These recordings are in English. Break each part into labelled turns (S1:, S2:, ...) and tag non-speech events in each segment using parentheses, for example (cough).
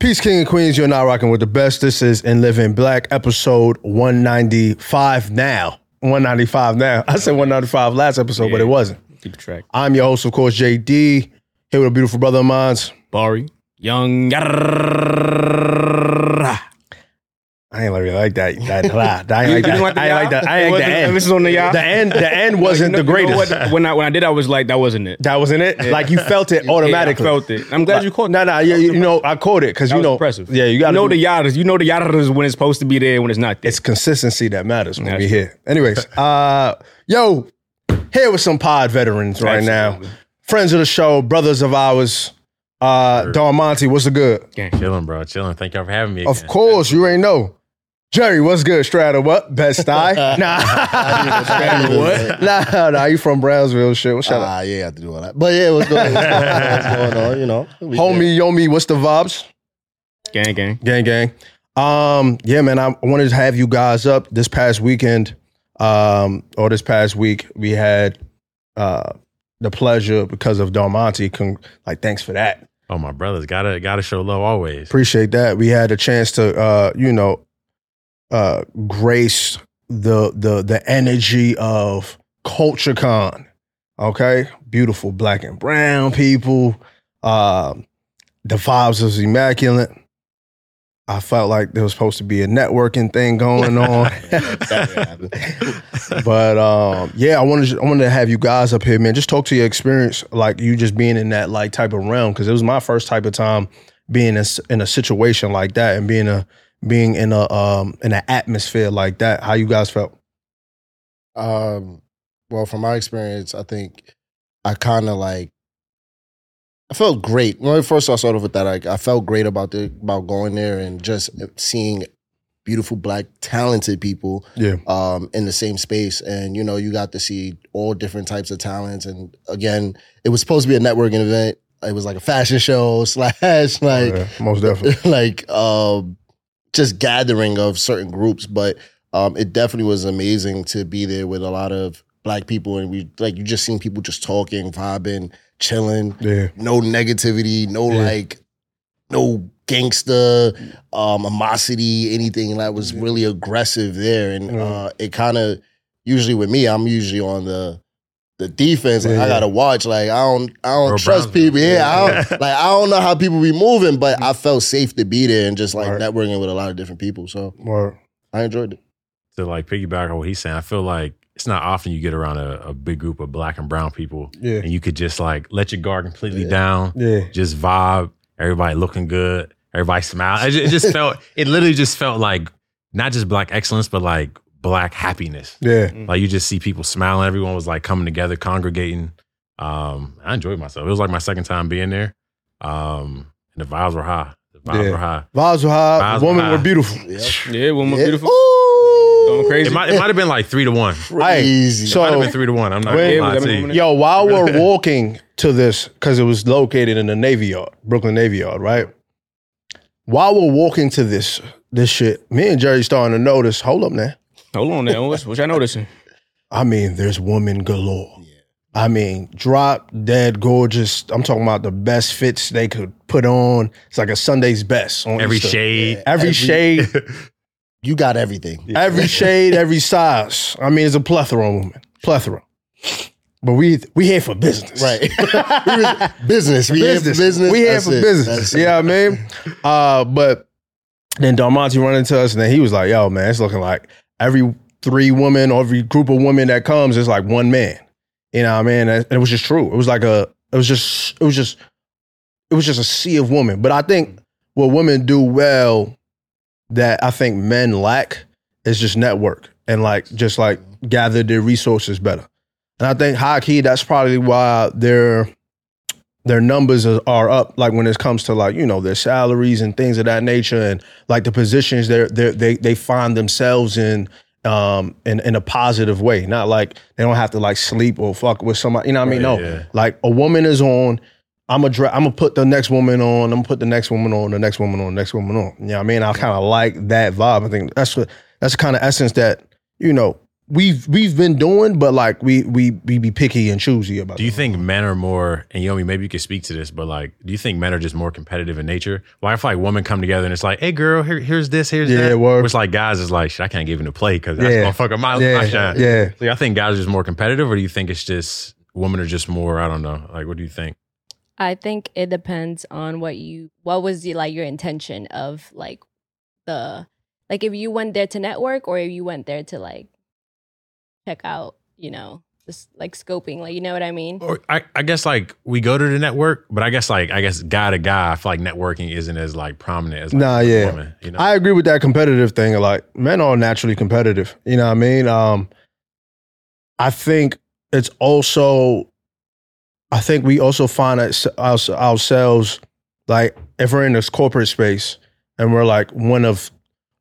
S1: Peace, King and Queens. You're now rocking with the best. This is In Living Black, episode 195 now. 195 now. I said 195 last episode, but it wasn't.
S2: Keep track.
S1: I'm your host, of course, JD, here with a beautiful brother of mine.
S2: Bari. Young.
S1: I ain't really like that. that, that, I ain't like
S2: (laughs) You didn't
S1: that.
S2: the
S1: I ain't like
S2: y'all?
S1: that. I ain't like the
S2: It wasn't-
S1: end.
S2: This is on the y'all.
S1: The end, the
S2: (laughs)
S1: end wasn't the
S2: You know- you know
S1: greatest.
S2: what? when, I, when I did, I was like, that wasn't it.
S1: That wasn't it. Like you felt it (laughs) automatically.
S2: Yeah, I felt it. I'm glad you caught
S1: No, no, you, you know, I caught it because
S2: That
S1: you
S2: was
S1: know,
S2: impressive.
S1: yeah, you got
S2: You
S1: to
S2: know the yadas. You know the yadas when it's supposed to be there and when it's not there.
S1: it's consistency that matters when
S2: That's
S1: we
S2: true.
S1: here. Anyways, uh, yo, here with some pod veterans right
S2: Absolutely.
S1: now, friends of the show, brothers of ours. Uh, Don Monty, what's the good?
S3: Chilling, bro. Chilling. Thank y'all for having me.
S1: Of
S3: again.
S1: course, you ain't know. Jerry, what's good? Strata, what? Best I? Nah.
S4: Strata
S1: (laughs) what? Nah, nah, you from Brownsville, shit. What's up?
S4: Ah, yeah, you have to do all that. But yeah, what's going, what's going on? What's going on? You know, we good.
S1: Homie, yomi, what's the vibes?
S2: gang, gang.
S1: gang gang um yeah man i wanted to have you guys up this past weekend um or this past week we had uh the pleasure because of Don Monty. Con- like thanks for that
S3: Oh, my brothers. Gotta gotta show love always.
S1: (laughs) appreciate that we had a chance to uh you know uh grace the the the energy of culture con okay beautiful black and brown people um the vibes was immaculate i felt like there was supposed to be a networking thing going on but um yeah i wanted i wanted to have you guys up here man just talk to your experience like you just being in that like type of realm because it was my first type of time being in, s- in a situation like that and being a being in a um in an atmosphere like that how you guys felt
S4: (laughs) Um, well, from my experience, I think I kind of like I felt great when I first started off with that. Like I felt great about the about going there and just seeing beautiful black talented people
S1: Yeah.
S4: um in the same space and you know you got to see all different types of talents and again it was supposed to be a networking event it was like a fashion show (laughs) slash like
S1: Yeah, most definitely
S4: (laughs) like um just gathering of certain groups but um it definitely was amazing to be there with a lot of black people and we like you just seen people just talking vibing chilling
S1: (laughs) yeah
S4: no negativity no
S1: Yeah.
S4: like no gangster um animosity anything that was really aggressive there and
S1: Yeah.
S4: uh it kind of usually with me i'm usually on the the defense like
S1: Yeah,
S4: i
S1: yeah.
S4: gotta watch like i don't i
S3: Bro,
S4: don't trust
S3: Brownsville.
S4: people yeah, I
S3: Yeah.
S4: don't, like i don't know how people be moving but i felt safe to be there and just like
S1: Mm-hmm. Right.
S4: networking with a lot of different people so
S1: Word.
S4: i enjoyed it
S3: To like piggyback on what he's saying, I feel like it's not often you get around a, a big group of black and brown people
S1: yeah
S3: and you could just like let your guard completely
S4: Yeah.
S3: down,
S1: yeah
S3: just vibe, everybody looking good, everybody smile. It ju- it just, felt, it literally just felt like not just black excellence, but like black happiness.
S1: yeah
S3: Like you just see people smiling. Everyone was like coming together, congregating. Um, I enjoyed myself. It was like my second time being there. Um, and the vibes were high. The vibes
S1: Yeah.
S3: were high.
S1: vibes were high
S3: Vibes were
S1: women were
S3: high.
S1: beautiful
S4: yeah
S2: Yeah,
S1: Oh,
S2: one more
S4: Yeah.
S2: beautiful.
S4: Ooh.
S2: Going crazy.
S3: It might it might have been like three to one.
S4: crazy
S1: so-
S3: Might have been three to one. I'm not
S1: Oh. Wait,
S3: gonna lie
S2: was that
S3: to
S2: moving
S3: you.
S2: it?
S1: Yo, while we're walking to this, because it was located in the Navy Yard, Brooklyn Navy Yard, right? While we're walking to this, this shit, me and Jerry starting to notice. Hold up, now.
S2: Hold on now. What's, what y'all noticing?
S1: I mean, there's women galore. I mean, drop dead gorgeous. I'm talking about the best fits they could put on. It's like a Sunday's best on
S3: Every
S1: Easter.
S3: shade.
S1: every,
S4: Every-
S1: shade,
S4: you got everything
S1: every shade, every size. I mean, it's a plethora of women, plethora. But we we here for business,
S4: Right. (laughs) We was- business. We here for
S1: business.
S4: business.
S1: We here
S4: That's
S1: for
S4: it.
S1: business.
S4: That's
S1: You
S4: it.
S1: know what I mean? Uh, but then Don Monty run into us, and then he was like, "Yo, man, it's looking like every three women or every group of women that comes is like one man." You know what I mean? And it was just true. It was like a. It was just. It was just. It was just a sea of women. But I think what women do well that I think men lack is just network and like just like gather their resources better. And I think high key, that's probably why they're their numbers are, are up like when it comes to like you know their salaries and things of that nature and like the positions they're, they're they they find themselves in um in, in a positive way not like they don't have to like sleep or fuck with somebody you know what i mean no
S3: Right, yeah.
S1: like a woman is on i'm a dra- i'm gonna put the next woman on i'm gonna put the next woman on the next woman on the next woman on you know what i mean i kind of like that vibe i think that's what that's the kind of essence that you know we've we've been doing, but like we we we be picky and choosy about.
S3: Do you
S1: them.
S3: think men are more, and Yomi, maybe you could speak to this, but like, do you think men are just more competitive in nature? Like, I feel like women come together and it's like, hey, girl, here, here's this, here's
S1: Yeah,
S3: that.
S1: word.
S3: It's like guys is like, shit, I can't give him the play because that's
S1: Yeah.
S3: going to fuck up my, my
S1: Yeah,
S3: shine.
S1: yeah.
S3: So I think guys are just more competitive, or do you think it's just women are just more, I don't know, like, what do you think?
S5: I think it depends on what you what was the, like your intention of like the like if you went there to network or if you went there to like check out, you know, just like scoping, like you know what I mean?
S1: Oh.
S3: Or I, I guess like we go to the network, but I guess like, I guess guy to guy, I feel like networking isn't as like prominent as like,
S1: Nah,
S3: with
S1: yeah.
S3: women, you know?
S1: I agree with that competitive thing. Like men are naturally competitive. You know what I mean? Um, I think it's also, I think we also find us, us, ourselves like if we're in this corporate space and we're like one of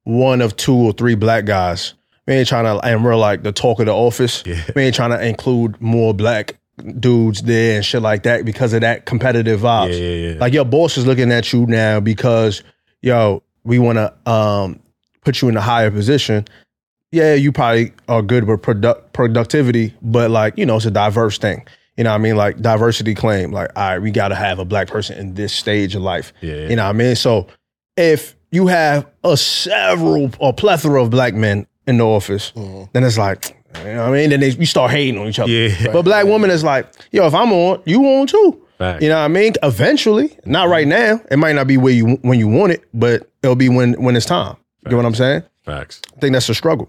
S1: one of two or three black guys, we ain't trying to, and we're like the talk of the office. (laughs)
S3: yeah.
S1: We ain't trying to include more black dudes there and shit like that because of that competitive
S3: yeah,
S1: vibes.
S3: yeah, yeah.
S1: Like your boss is looking at you now because yo, we want to um put you in a higher position. Yeah, you probably are good with product productivity, but like you know, it's a diverse thing. You know what I mean? Like diversity claim. Like, all right, we got to have a black person in this stage of life.
S3: yeah, yeah.
S1: You know what I mean? So if you have a several a plethora of black men in the office,
S4: Mhm.
S1: then it's like, you know what I mean? Then they, you start hating on each other.
S3: yeah.
S1: But black woman is like, yo, if I'm on, you on too.
S3: Fact.
S1: You know what I mean? Eventually, not right
S2: Mm-hmm.
S1: now. It might not be where you when you want it, but it'll be when when it's time. You know what I'm saying?
S3: Facts.
S1: I think that's a struggle.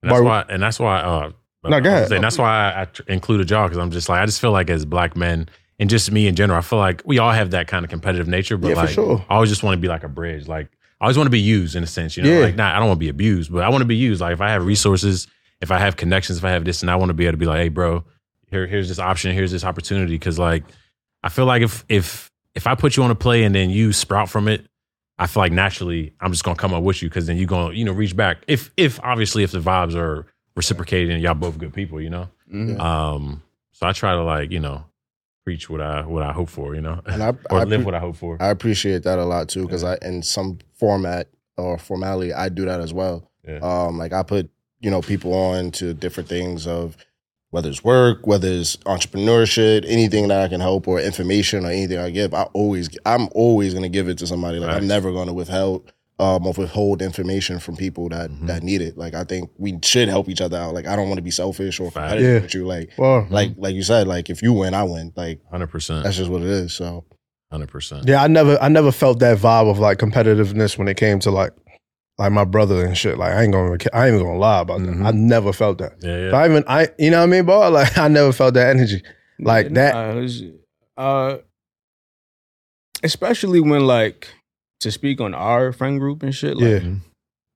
S3: And that's
S1: Bar-
S3: why, and that's why. Uh,
S1: No, go
S3: I was
S1: ahead.
S3: saying, that's why I, I tr- included y'all because I'm just like I just feel like as black men and just me in general, I feel like we all have that kind of competitive nature. But
S1: Yeah, for
S3: like,
S1: sure.
S3: I always just want to be like a bridge. Like I always want to be used in a sense. You know,
S1: Yeah.
S3: like not I don't want to be abused, but I want to be used. Like if I have resources, if I have connections, if I have this, and I want to be able to be like, hey, bro, here, here's this option, here's this opportunity. Because like I feel like if if if I put you on a play and then you sprout from it, I feel like naturally I'm just gonna come up with you because then you're gonna you know reach back if if obviously if the vibes are reciprocated and y'all both good people you know
S1: Mm-hmm.
S3: um so I try to like you know preach what I what I hope for you know
S4: And I,
S3: (laughs) or
S4: I,
S3: live
S4: pre-
S3: what I hope for
S4: I appreciate that a lot too, because I in some format or formality I do that as well.
S3: Yeah.
S4: Um, like I put you know people on to different things of whether it's work, whether it's entrepreneurship, anything that I can help or information or anything I give, I always I'm always gonna give it to somebody. Like
S3: Facts.
S4: I'm never gonna withhold um or withhold information from people that
S3: Mhm.
S4: that need it. Like I think we should help each other out. Like I don't want to be selfish or
S3: Facts. Mm-hmm.
S4: competitive
S1: Yeah.
S4: with you. Like
S1: Well,
S4: like like you said, like if you win, I win. Like
S3: hundred percent
S4: that's just what it is. So
S3: hundred percent
S1: yeah, I never I never felt that vibe of like competitiveness when it came to like like my brother and shit. Like I ain't gonna I ain't even gonna lie about
S3: Mhm.
S1: that. I
S2: Mm-hmm.
S1: never felt that.
S3: yeah yeah
S1: I even I you know what I mean, boy? Like (laughs) I never felt that energy. Like
S2: Yeah,
S1: that-
S2: nah, it's, uh, especially when like to speak on our friend group and shit. Like, mm-hmm.
S1: Yeah.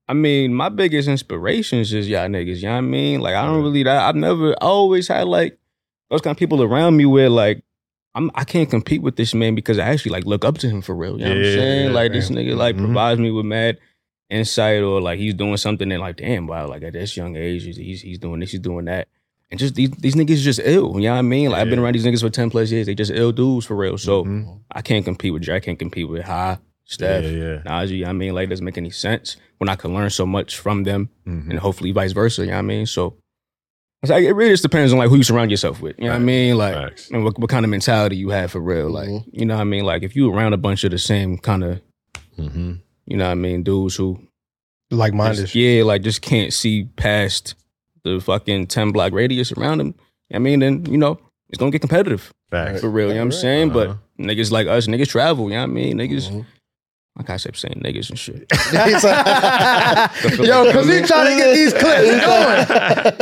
S2: I mean, my biggest inspirations is y'all niggas. You know what I mean? Like, I don't really. I, I've never. I always had like those kind of people around me where like. I'm, I can't compete with this man because I actually like look up to him for real. You know what
S3: Yeah,
S2: I'm saying?
S3: yeah,
S2: like
S1: yeah.
S2: this nigga like
S3: Mhm.
S2: provides me with mad insight or like he's doing something and like damn wow like at this young age he's he's, he's doing this he's doing that and just these these niggas just ill. You know what I mean? Like I've been
S3: Yeah.
S2: around these niggas for ten plus years. They just ill dudes for real. So
S3: Mhm.
S1: Mm-hmm.
S2: I can't compete with you. I can't compete with Ha,
S3: yeah
S2: Steph,
S3: yeah
S2: Najee. You know what I mean, like it doesn't make any sense when I can learn so much from them
S3: Mhm.
S1: Mm-hmm.
S2: and hopefully vice versa. You know what I mean? So it's like it really just depends on like who you surround yourself with. You know what I
S3: Facts.
S2: mean? Like
S3: Facts. Mm-hmm.
S2: and what, what kind of mentality you have for real. Like
S4: Mhm.
S2: you know what I mean? Like if you around a bunch of the same kind of
S3: Mhm.
S2: you know what I mean dudes who
S1: like minded.
S2: just- yeah, like just can't see past the fucking ten block radius around them. I mean, then you know it's gonna get competitive
S3: facts
S2: for real. You know what I'm
S4: Right.
S2: saying?
S3: Uh-huh.
S2: But
S3: Mm-hmm.
S2: niggas like us, niggas travel. You know what I mean? Niggas,
S4: Mhm.
S2: like I keep saying niggas and shit.
S1: (laughs) Yo, cause he trying to get these
S2: (laughs)
S1: clips going.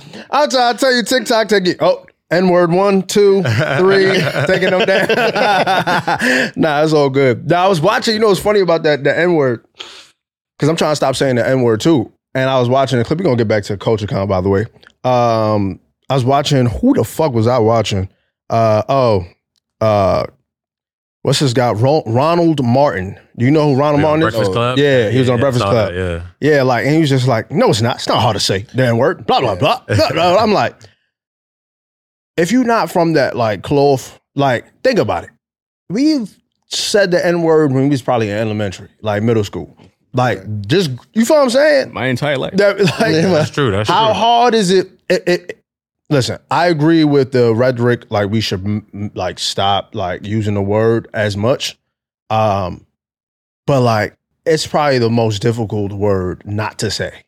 S1: (laughs) Yo, I'm trying to tell you TikTok to get oh N word one two
S3: (laughs)
S1: three taking them down. (laughs) nah, it's all good. Now I was watching. You know what's funny about that the N word? Because I'm trying to stop saying the N word too. And I was watching a clip. We're gonna get back to Culture Con, by the way. Um, I was watching. Who the fuck was I watching? Uh oh, uh, what's this guy? Ron- Ronald Martin. Do you know who Ronald
S3: We on
S1: Martin is?
S3: Breakfast Club
S1: Yeah, he was on Breakfast
S3: saw
S1: Club.
S3: that, Oh, yeah
S1: Yeah, like, and he was just like, no, it's not. It's not hard to say. Damn word. Blah, blah, blah, blah, blah. I'm like, if you're not from that, like, cloth, like, think about it. We've said the N word when we was probably in elementary, like middle school. Like just you feel what I'm saying?
S2: my entire
S3: (laughs)
S2: life.
S1: That (laughs) like
S4: Yeah.
S3: That's true. That's
S1: how
S3: true.
S1: hard is it? it, it, it- Listen, I agree with the rhetoric. Like we should mm, mm, like stop like using the word as much. Um, but like it's probably the most difficult word not to say.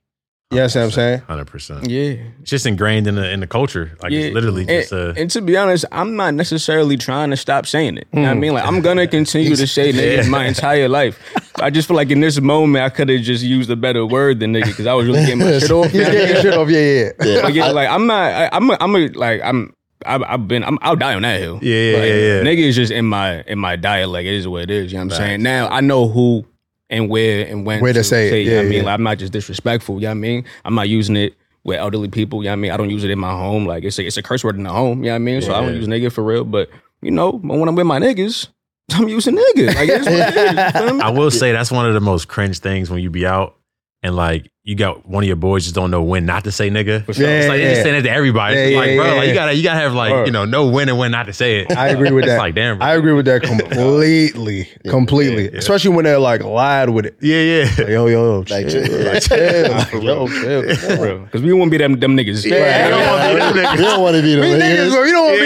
S1: You understand what I'm
S3: (laughs)
S1: saying?
S3: Hundred percent.
S2: Yeah.
S3: It's just ingrained in the in the culture. Like
S2: Yeah.
S3: it's literally
S2: And,
S3: just a.
S2: and to be honest, I'm not necessarily trying to stop saying it. You know what I
S1: Mm.
S2: mean, like I'm gonna continue to say niggas
S3: Yeah.
S2: my entire life. I just feel like in this moment I could have just used a better word than nigga because I was really getting my
S1: (laughs)
S2: shit off. you know
S1: You
S2: what I mean?
S1: get your shit off. Yeah, yeah.
S4: Yeah.
S2: But yeah, like I'm not. I, I'm. A, I'm a, like I'm. I've, I've been. I'm, I'll die on that hill.
S3: Yeah, yeah,
S2: Like,
S3: yeah, yeah.
S2: Nigga is just in my in my dialect. It is what it is. You know what I'm saying? Now I know who and where and when
S1: Where to say it.
S2: you know
S1: Yeah,
S2: what I mean,
S1: yeah.
S2: like, I'm not just disrespectful. You know what I mean? I'm not using it with elderly people. You know what I mean? I don't use it in my home. Like it's a, it's a curse word in the home. You know what I mean? So I don't
S3: Yeah.
S2: use nigga for real. But you know, when I'm with my niggas, (laughs) I'm using niggas. Like it's what it
S1: (laughs)
S2: is. You feel me?
S3: I will say that's one of the most cringe things when you be out and like you got one of your boys just don't know when not to say nigga.
S1: sure.
S3: it's
S1: Yeah,
S3: like they
S1: yeah.
S3: just saying it to everybody. It's
S1: Yeah,
S3: like,
S1: yeah,
S3: bro,
S1: yeah,
S3: like
S1: yeah.
S3: you gotta you gotta have like,
S1: Bro.
S3: you know, know when and when not to say it.
S1: I agree with
S3: It's
S1: that.
S3: like damn bro.
S1: I agree with that
S3: (laughs)
S1: completely, completely.
S3: Yeah, yeah.
S1: Especially when they're like lied with it.
S3: yeah,
S1: (laughs)
S3: (laughs) yeah.
S1: Like, yo, yo, yo,
S4: Like,
S1: chill,
S4: chill,
S1: like, (laughs)
S4: like,
S1: chill, like,
S4: for
S1: yo,
S4: real.
S1: chill.
S2: Because we won't be them them niggas.
S1: Yeah.
S4: Right.
S1: don't wanna be them
S4: We don't want to be the
S1: We Um, niggas,
S4: niggas.
S1: bro. You don't want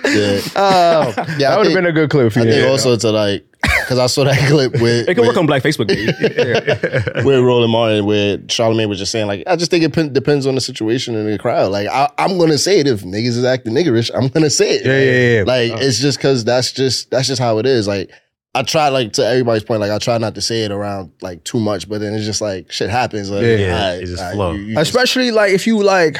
S1: to be no
S3: Yeah,
S1: (laughs) niggas. Oh,
S4: Yeah. Yeah,
S1: that
S4: I
S1: would have
S4: think-
S1: been a good clip. If you
S4: I think
S1: did.
S4: also to like, because I saw that (laughs) clip with,
S2: It can
S4: with,
S2: work on Black Facebook.
S1: (laughs)
S2: Baby.
S4: with Roland Martin where Charlamagne was just saying, like, I just think it pen- depends on the situation and the crowd. Like, I, I'm going to say it if niggas is acting niggerish, I'm going to say it.
S1: Yeah, yeah, yeah.
S4: Like, it's just because that's just, that's just how it is. Like, I try, like, to everybody's point, like, I try not to say it around, like, too much, but then it's just like, shit happens. Like,
S1: Yeah,
S3: yeah,
S4: alright,
S3: it just
S4: alright,
S3: flow.
S4: you- you just-
S1: especially like if you like,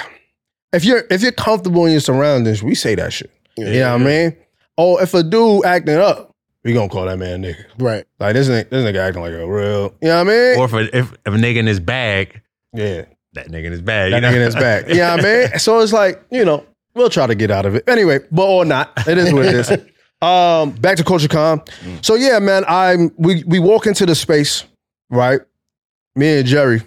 S1: if you're if you're comfortable in your surroundings, we say that shit.
S4: Yeah.
S1: You know what I mean? Or if a dude acting up, we gonna call that man nigga.
S4: Right.
S1: Like this nigga, this nigga acting like a real. You know what I mean?
S3: or if a, if, if a nigga in his bag,
S1: yeah,
S3: that nigga in his bag.
S1: that
S3: you know?
S1: nigga in his back. You know what I mean? So it's like you know we'll try to get out of it anyway, but or not. It is what it
S3: (laughs)
S1: is. Um, back to Culture Con.
S3: Mm.
S1: So yeah, man, I'm we we walk into the space, right? Me and Jerry,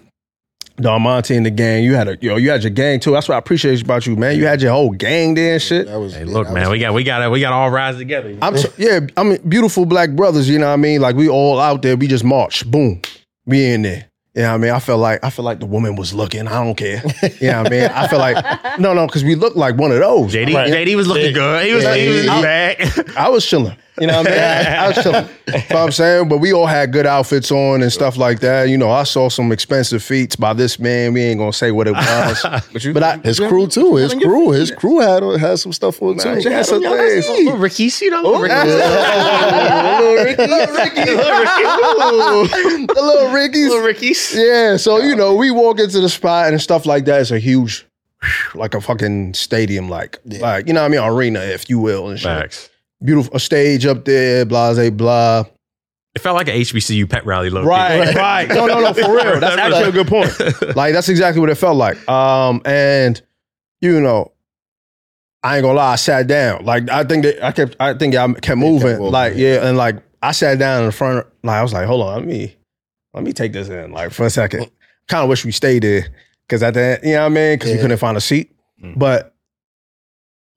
S1: Don Monte and the gang. You had a yo, you had your gang too. That's what I appreciate about you, man. You had your whole gang there and shit.
S4: That was,
S3: (laughs) Hey,
S4: yeah,
S3: look,
S4: that
S3: man,
S4: was-
S3: we got we got we got all rise together.
S1: I'm so, yeah, I mean beautiful black brothers, you know what I mean? Like we all out there, we just march, boom, we in there. You know what I mean? I felt like I feel like the woman was looking. I don't care. You know what I mean? I feel like no, no, because we look like one of those.
S3: JD, JD was looking good. He was,
S4: Yeah,
S3: he was
S4: yeah, yeah.
S3: back.
S1: I was chilling. You know what I mean? I, I was chilling. You know what I'm saying? But we all had good outfits on and stuff like that. You know, I saw some expensive feats by this man. We ain't gonna say what it was.
S2: But you,
S1: But I-
S4: his crew too. His crew, his crew had had some stuff on too.
S2: you had some
S1: Yeah.
S2: things.
S3: Ricky, Oh, you know,
S1: (laughs) little Ricky, little Ricky, the little Rickies.
S3: Ricky's.
S1: Yeah, so you know, we walk into the spot and stuff like that. It's a huge, like a fucking stadium, like like you know what I mean, arena, if you will, and shit.
S3: Facts.
S1: Beautiful a stage up there, blah blah blah.
S3: It felt like an HBCU pet rally look. (laughs)
S1: right. No, no, no, for real. That's actually a good point. Like that's exactly what it felt like. Um, and you know, I ain't gonna lie, I sat down. Like I think that I kept, I think I kept moving.
S4: moving,
S1: like yeah, and like I sat down in front. Of, like I was like, hold on, let me, let me take this in, like for a second. Kind of wish we stayed there because at the end, you know what I mean, because we
S4: Yeah. Mm.
S1: couldn't find a seat. But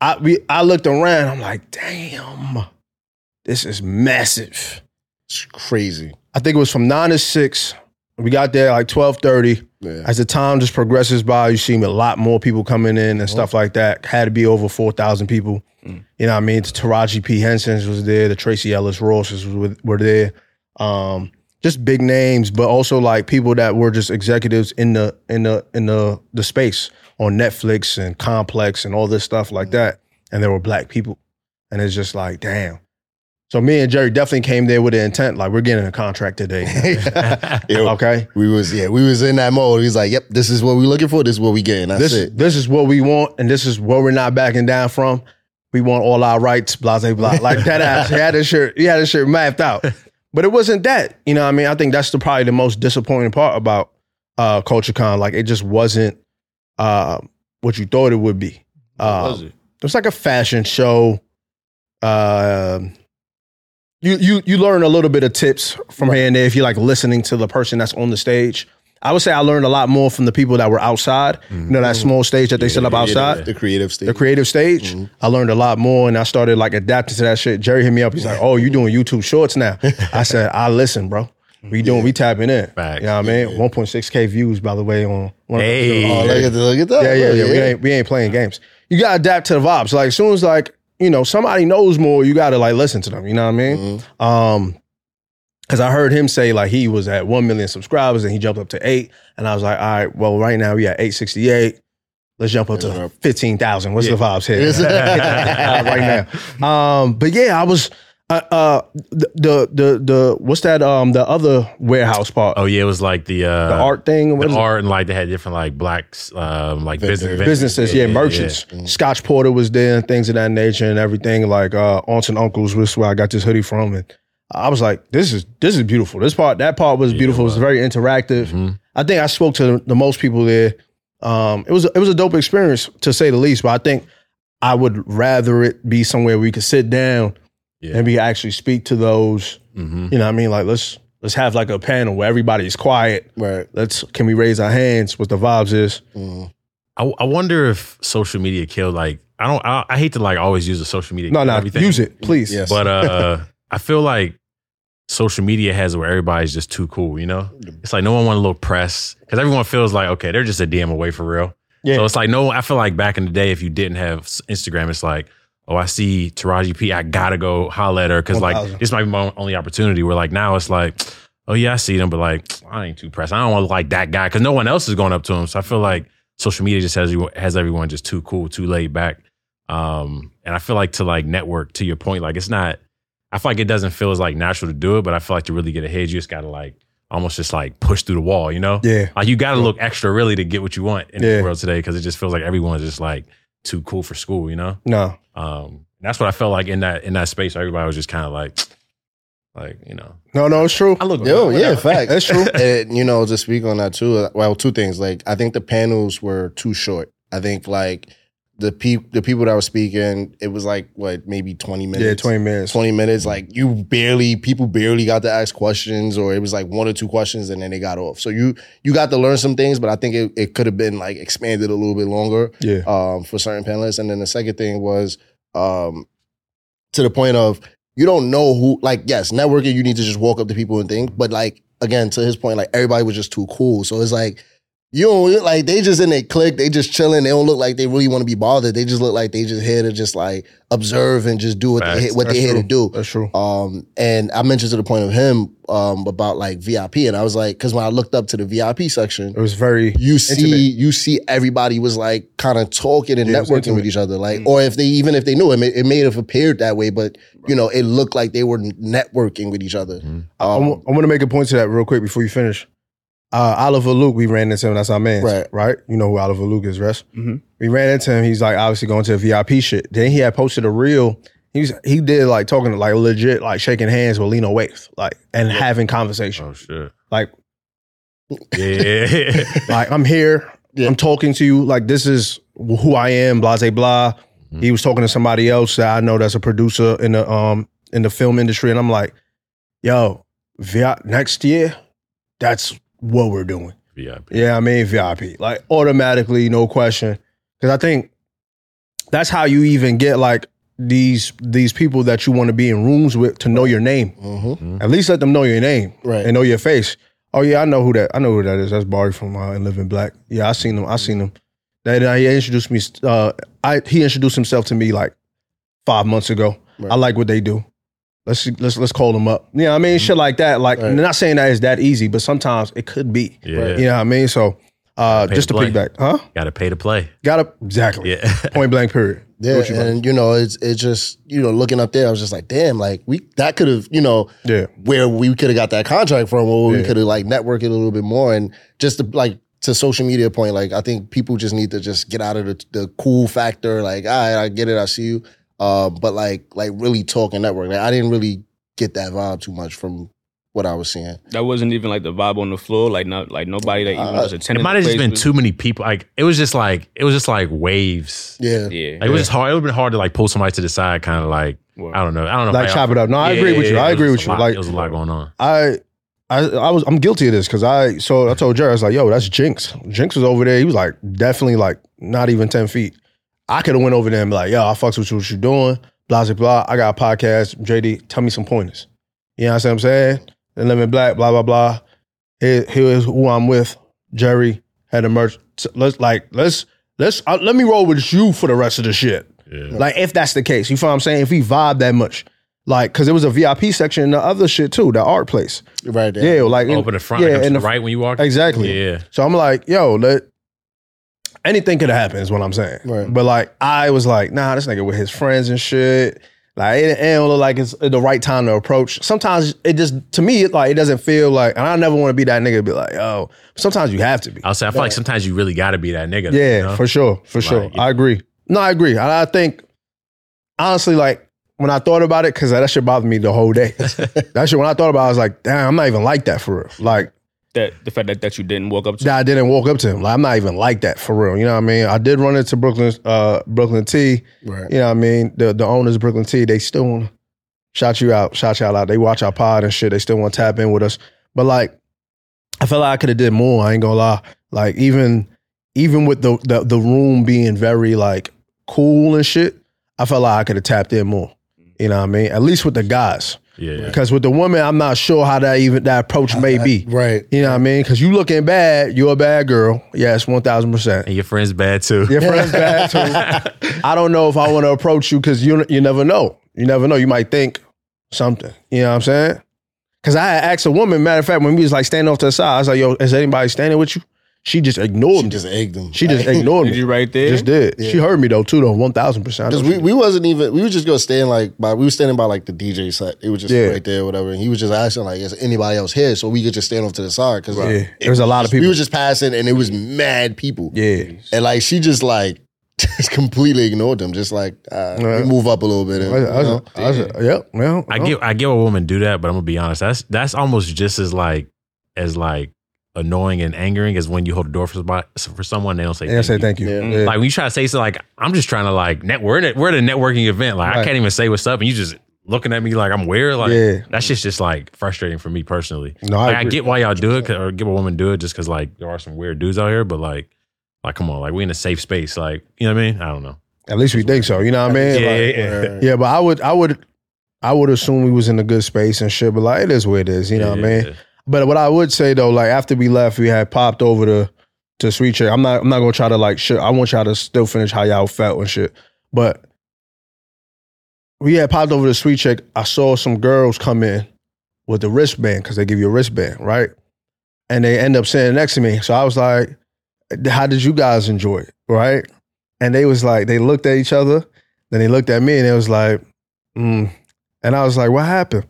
S1: I we I looked around. I'm like, damn, this is massive.
S4: It's crazy.
S1: I think it was from nine to six. We got there like twelve thirty.
S4: Yeah. (laughs)
S1: As the time just progresses by, you see a lot more people coming in and stuff like that. Had to be over four thousand people. You know what I mean? The Taraji P Henson's was there. The Tracy Ellis Rosses was with- were there. Um, just big names, but also like people that were just executives in the in the in the the space on Netflix and Complex and all this stuff like that. And there were black people, and it's just like damn. So me and Jerry definitely came there with the intent like we're getting a contract today.
S4: (laughs) Yo,
S1: Okay. (laughs)
S4: We was yeah, we was in that mode. He's like, "Yep, this is what we looking for. This is what we getting. That's
S1: this
S4: it."
S1: this is what we want, and this is what we're not backing down from. We want all our rights, blase blah. Like
S4: (laughs)
S1: that ass. He had his shirt, he had his shirt mapped out. But it wasn't that. You know what I mean? I think that's the probably the most disappointing part about uh CultureCon. Like it just wasn't uh what you thought it would be. Uh,
S2: was it?
S1: it was like a fashion show. Um, you you you learn a little bit of tips from here and there if you're like listening to the person that's on the stage. I would say I learned a lot more from the people that were outside. You know that
S3: Mm-hmm.
S1: small stage that they set up
S4: Creative-
S1: outside,
S4: the creative stage.
S1: the creative stage.
S3: Mm-hmm.
S1: I learned a lot more, and I
S3: (laughs)
S1: started like adapting to that shit. Jerry hit me up. He's like, "Oh, you doing YouTube Shorts now?" I said, "I listen, bro." We doing, we tapping in.
S3: Facts.
S1: You know what I mean?
S4: Yeah.
S1: 1.6K views, by the way, on one
S3: Hey.
S4: Oh, look at that! Look at
S3: (laughs)
S4: that!
S1: yeah, yeah,
S4: Look,
S1: yeah. We ain't we ain't playing games. You gotta adapt to the vibes. Like as soon as like you know somebody knows more, you gotta like listen to them. You know what I mean?
S4: Mhm.
S3: Mm-hmm.
S1: Um, because I heard him say like he was at one million subscribers and he jumped up to eight, and I was like, all right, well right now we at eight sixty eight. Let's jump up
S4: Yeah.
S1: to fifteen thousand. What's the vibes here?
S4: Mm-hmm. (laughs) Right
S1: (laughs) right now. Um, but yeah, I was uh, uh the, the the the what's that um the other warehouse part
S3: (laughs) Oh yeah, it was like the uh,
S1: the art thing
S3: the
S1: What is it?
S3: art, and like they had different like blacks, um, like
S4: Vendors.
S3: business
S1: businesses, yeah, merchants.
S3: Mm-hmm.
S4: yeah. Mhm.
S1: Scotch Porter was there and things of that nature and everything. Like uh, aunts and uncles, which is where I got this hoodie from, and I was like, "This is this is beautiful. This part, that part was
S3: Yeah,
S1: beautiful. It was
S3: wow.
S1: very interactive.
S3: Mhm.
S1: I think I spoke to the, the most people there. Um, it was it was a dope experience to say the least. But I think I would rather it be somewhere where we could sit down
S3: Yeah.
S1: and we actually speak to those.
S3: Mhm.
S1: You know, what I mean, like let's let's have like a panel where everybody's quiet.
S4: Right.
S1: Let's can we raise our hands? What the vibes is?
S4: Mhm.
S3: I, I wonder if social media killed like I don't I, I hate to like always use the social media
S1: No,
S3: and
S1: no,
S3: everything,
S1: use it, please.
S4: Yes.
S3: but uh I feel like social media has it where everybody's just too cool you know it's like no one want a little press because everyone feels like okay they're just a DM away for real
S1: Yeah.
S3: so it's like no I feel like back in the day if you didn't have s- Instagram it's like oh I see Taraji P I gotta go holler at her because like
S1: 1000.
S3: this might be my only opportunity where like now it's like oh yeah I see them but like I ain't too pressed I don't want to look like that guy because no one else is going up to him so I feel like social media just has you has everyone just too cool, too laid back. Um, and I feel like to like network to your point, like it's not. I feel like it doesn't feel as like natural to do it, but I feel like to really get ahead, you just gotta like almost just like push through the wall, you know?
S1: yeah.
S3: Like you gotta look extra really to get what you want in
S1: Yeah.
S3: this world today because it just feels like everyone's just like too cool for school, you know?
S1: No.
S3: Um, that's what I felt like in that in that space. Everybody was just kind of like, like you know,
S1: No, no, it's true.
S3: I look.
S4: Yo,
S3: good,
S4: yeah,
S3: whatever.
S4: fact.
S1: That's true.
S4: (laughs) And you know, to speak on that too. uh, Well, two things. Like, I think the panels were too short. I think like the pe- the people that were speaking, it was like what maybe twenty minutes.
S1: Yeah, 20 minutes.
S4: 20 minutes like you barely people barely got to ask questions or it was like one or two questions and then they got off so you you got to learn some things but i think it, it could have been like expanded a little bit longer
S1: Yeah.
S4: um, for certain panelists and then the second thing was um, to the point of you don't know who like yes networking you need to just walk up to people and think but like again to his point like everybody was just too cool so it's like you don't like they just in their clique they just chilling they don't look like they really want to be bothered they just look like they just here to just like observe and just do what they
S3: Facts.
S4: what they
S1: That's
S4: here to
S1: true.
S4: do
S1: That's true.
S4: um, and I mentioned to the point of him um, about like VIP, and I was like, because when I looked up to the VIP section,
S1: It was very
S4: you see,
S1: Intimate.
S4: you see, everybody was like kind of talking and
S1: Yeah, it was
S4: networking
S1: intimate. Mm.
S4: with each other, like, or if they even if they knew him, it, it may have appeared that way, but you know, it looked like they were networking with each
S1: Mm.
S4: other.
S3: Mhm.
S1: I
S4: Um,
S1: want to make a point to that real quick before you finish. Uh, Oliver Luke, we ran into him. That's our man,
S4: Right. Mm-hmm.
S1: Right. You know who Oliver Luke is, rest.
S2: Mhm.
S1: We ran into him. He's like obviously going to a VIP shit. Then he had posted a reel. He was he did like talking to like legit like shaking hands with Lino Waif, like and having conversation.
S3: Oh shit.
S1: Like
S3: (laughs) Yeah.
S1: like I'm here.
S4: Yeah.
S1: I'm talking to you. Like this is who I am. Blah blah blah.
S3: Mhm.
S1: He was talking to somebody else that I know that's a producer in the um in the film industry, and I'm like, yo, VI next year, that's what we're doing. (laughs)
S3: VIP.
S1: Yeah, I mean VIP. Like automatically, no question. Because I think that's how you even get like these these people that you want to be in rooms with to know your name.
S4: mhm.
S1: At least let them know your name
S4: Right.
S1: and know your face. Oh yeah, I know who that. I know who that is. That's Barry from uh, In Living Black. Yeah, I seen him. I seen him. That uh, he introduced me. Uh, I he introduced himself to me like five months ago.
S4: Right.
S1: I like what they do. Let's see- let's let's call them up. You know what I
S3: Mm-hmm.
S1: mean? Shit like that. Like
S4: Right.
S1: not saying that is that easy, but sometimes it could be.
S3: Yeah.
S1: You know what I mean? So uh,
S3: Pay
S1: just to
S3: to play.
S1: piggyback, huh?
S3: Gotta pay to play.
S1: Got to exactly
S3: Yeah. (laughs)
S1: point blank period.
S4: yeah,
S1: What you about?
S4: and you know, it's it's just you know, looking up there, I was just like, damn, like we that could have, you know,
S1: Yeah,
S4: where we could have got that contract from, or we
S1: Yeah.
S4: could have like networked it a little bit more, and just to, like to social media point, like I think people just need to just get out of the, the cool factor. Like, all right, I get it, I see you, uh, but like like really talk and network. Like, I didn't really get that vibe too much from what I was seeing.
S2: That wasn't even like the vibe on the floor. Like not like nobody that even
S4: Uh,
S2: was attending.
S3: It might
S2: the
S3: have just
S2: place
S3: been
S2: was-
S3: too many people. Like it was just like it was just like waves.
S4: Yeah,
S2: Yeah.
S3: Like, It was just hard. It would have been hard to like pull somebody to the side, kind of like
S2: Well,
S3: I don't know. I don't know.
S1: like
S3: if I-
S1: chop it up. No, I
S3: Yeah,
S1: agree with
S3: yeah,
S1: you.
S3: yeah.
S1: I
S3: It
S1: agree
S3: was
S1: with
S3: a
S1: you.
S3: lot-
S1: Like
S3: it was a lot going on.
S1: I, I, I was I'm guilty of this because I so I told Jerry I was like, yo, that's Jinx. Jinx was over there. He was like definitely like not even ten feet. I could have went over there and be like, yo, I fucks with you, what you doing, blah blah blah. I got a podcast. JD, tell me some pointers. You know what I'm saying? the Lemon Black, blah blah blah. Here, here is who I'm with. Jerry had a merch. So Let's like let's let's uh, let me roll with you for the rest of the shit.
S3: Yeah.
S1: Like if that's the case, you feel what I'm saying? If we vibe that much, like because it was a VIP section in the other shit too, the art place.
S4: Right there.
S1: Yeah, like
S3: Open the front,
S1: yeah,
S3: like, up to
S1: and
S3: the
S1: the-
S3: right when you walk.
S1: exactly.
S3: Yeah.
S1: So I'm like, yo, let anything could happen is what I'm saying.
S4: Right.
S1: But like I was like, nah, this nigga with his friends and shit. Like it, it don't look like it's the right time to approach. Sometimes it just to me, it, like it doesn't feel like, and I never want to be that nigga. to Be like, oh, sometimes you have to be.
S3: Also, I feel like sometimes you really got to be that nigga. though,
S1: Yeah,
S3: you know?
S1: for sure, for sure.
S3: Like-
S1: I agree. No, I agree. And I think honestly, like when I thought about it, because that shit bothered me the whole
S3: (laughs)
S1: day. that shit when I thought about, it, I was like, damn, I'm not even like that for real. Like
S2: That the fact that, that you didn't walk up to
S1: that I didn't walk up to him. Like I'm not even like that for real. You know what I mean? I did run into Brooklyn, uh, Brooklyn Tea.
S4: Right.
S1: You know what I mean? The the owners of Brooklyn Tea, they still want to shout you out, shout y'all out. They watch our pod and shit. They still want to tap in with us. But like, I felt like I could have did more. I ain't gonna lie. Like even even with the the, the room being very like cool and shit, I felt like I could have tapped in more. You know what I mean? At least with the guys,
S3: Yeah. yeah.
S1: because with the women, I'm not sure how that even that approach may be. (laughs)
S4: Uh, Right.
S1: You know what I mean? Because you looking bad, you're a bad girl. Yes, one thousand percent.
S3: And your friend's bad too.
S1: Your friend's bad too. I don't know if I want to approach you because you you never know. You never know. You might think something. You know what I'm saying? Because I had asked a woman. Matter of fact, when we was like standing off to the side, I was like, "Yo, is anybody standing with you?" She just ignored
S4: She
S1: me.
S4: just egged him.
S1: she just ignored
S2: Did
S1: me.
S2: you right there?
S1: Just did. She
S4: (laughs) Yeah.
S1: heard me though too though. One thousand percent.
S4: Because we, we wasn't even we were just gonna stand like by we were standing by like the DJ set. It was just
S1: Yeah.
S4: right there, whatever. And he was just asking like, is anybody else here? So we could just stand off to the side because
S1: Yeah. There was a lot of
S4: We
S1: people.
S4: were just passing and it was mad people.
S1: yeah.
S4: And like she just like (laughs) just completely ignored them. Just like uh,
S1: Yeah.
S4: we move up a little bit.
S1: I
S4: And,
S1: was, I was,
S4: you know,
S1: I was, yep. Well,
S3: (laughs) I get I get what women do that, but I'm gonna be honest. That's that's almost just as like as like annoying and angering as when you hold the door for somebody for someone they don't say.
S1: And I say
S3: you.
S1: thank you.
S4: Yeah.
S1: Yeah.
S3: Like when you try to say something, like I'm just trying to like net. We're in a, we're at a networking event. Like I
S1: Right.
S3: can't even say what's up, and you just looking at me like I'm weird. Like
S1: Yeah.
S3: that shit's just like frustrating for me personally.
S1: No, I,
S3: Like, I,
S1: agree.
S3: get why y'all do it 'cause- or get why women do it just because like there are some weird dudes out here, but like like come on, like we in a safe space. Like you know what I mean? I don't know.
S1: At least we think so. You know what I mean? Like,
S3: yeah.
S4: word.
S1: Yeah, but I would, I would, I would assume we was in a good space and shit. But like, it is what it is. You know what I mean?
S3: Yeah.
S1: But what I would say though, like after we left, we had popped over to to Sweet Chick. I'm not, I'm not gonna try to like shit. I want y'all to still finish how y'all felt and shit. But we had popped over to Sweet Chick. I saw some girls come in with the wristband because they give you a wristband, right? And they end up sitting next to me. So I was like, "How did you guys enjoy it?" Right? And they was like, they looked at each other. Then they looked at me and it was like, mm. and I was like, what happened?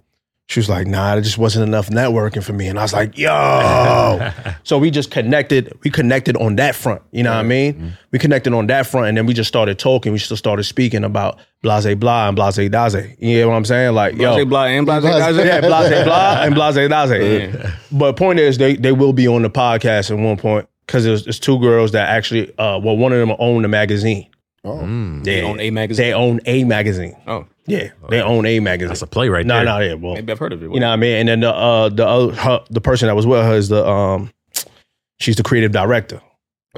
S1: She was like, nah, it just wasn't enough networking for me. And I was like, yo. so we just connected. We connected on that front. You know what I mean?
S2: Mm-hmm.
S1: We connected on that front. And then we just started talking. We just started speaking about blase blah and blase daze. You know what I'm saying? Like,
S2: Blase
S1: yo.
S2: blah and blase blase.
S1: Yeah, blase blah and blase daze.
S2: Yeah.
S1: But point is, they they will be on the podcast at one point because there's, there's two girls that actually, uh, well, one of them owned the magazine.
S4: Oh.
S3: (laughs) Mm.
S2: They own a magazine.
S1: They own a magazine.
S2: Oh,
S1: Yeah, they own a
S3: That's
S1: magazine.
S3: a play right
S1: No,
S3: there.
S1: no, yeah, well,
S2: maybe I've heard of it.
S1: you know what I mean. And then the uh, the other her, the person that was with her is the um, she's the creative director.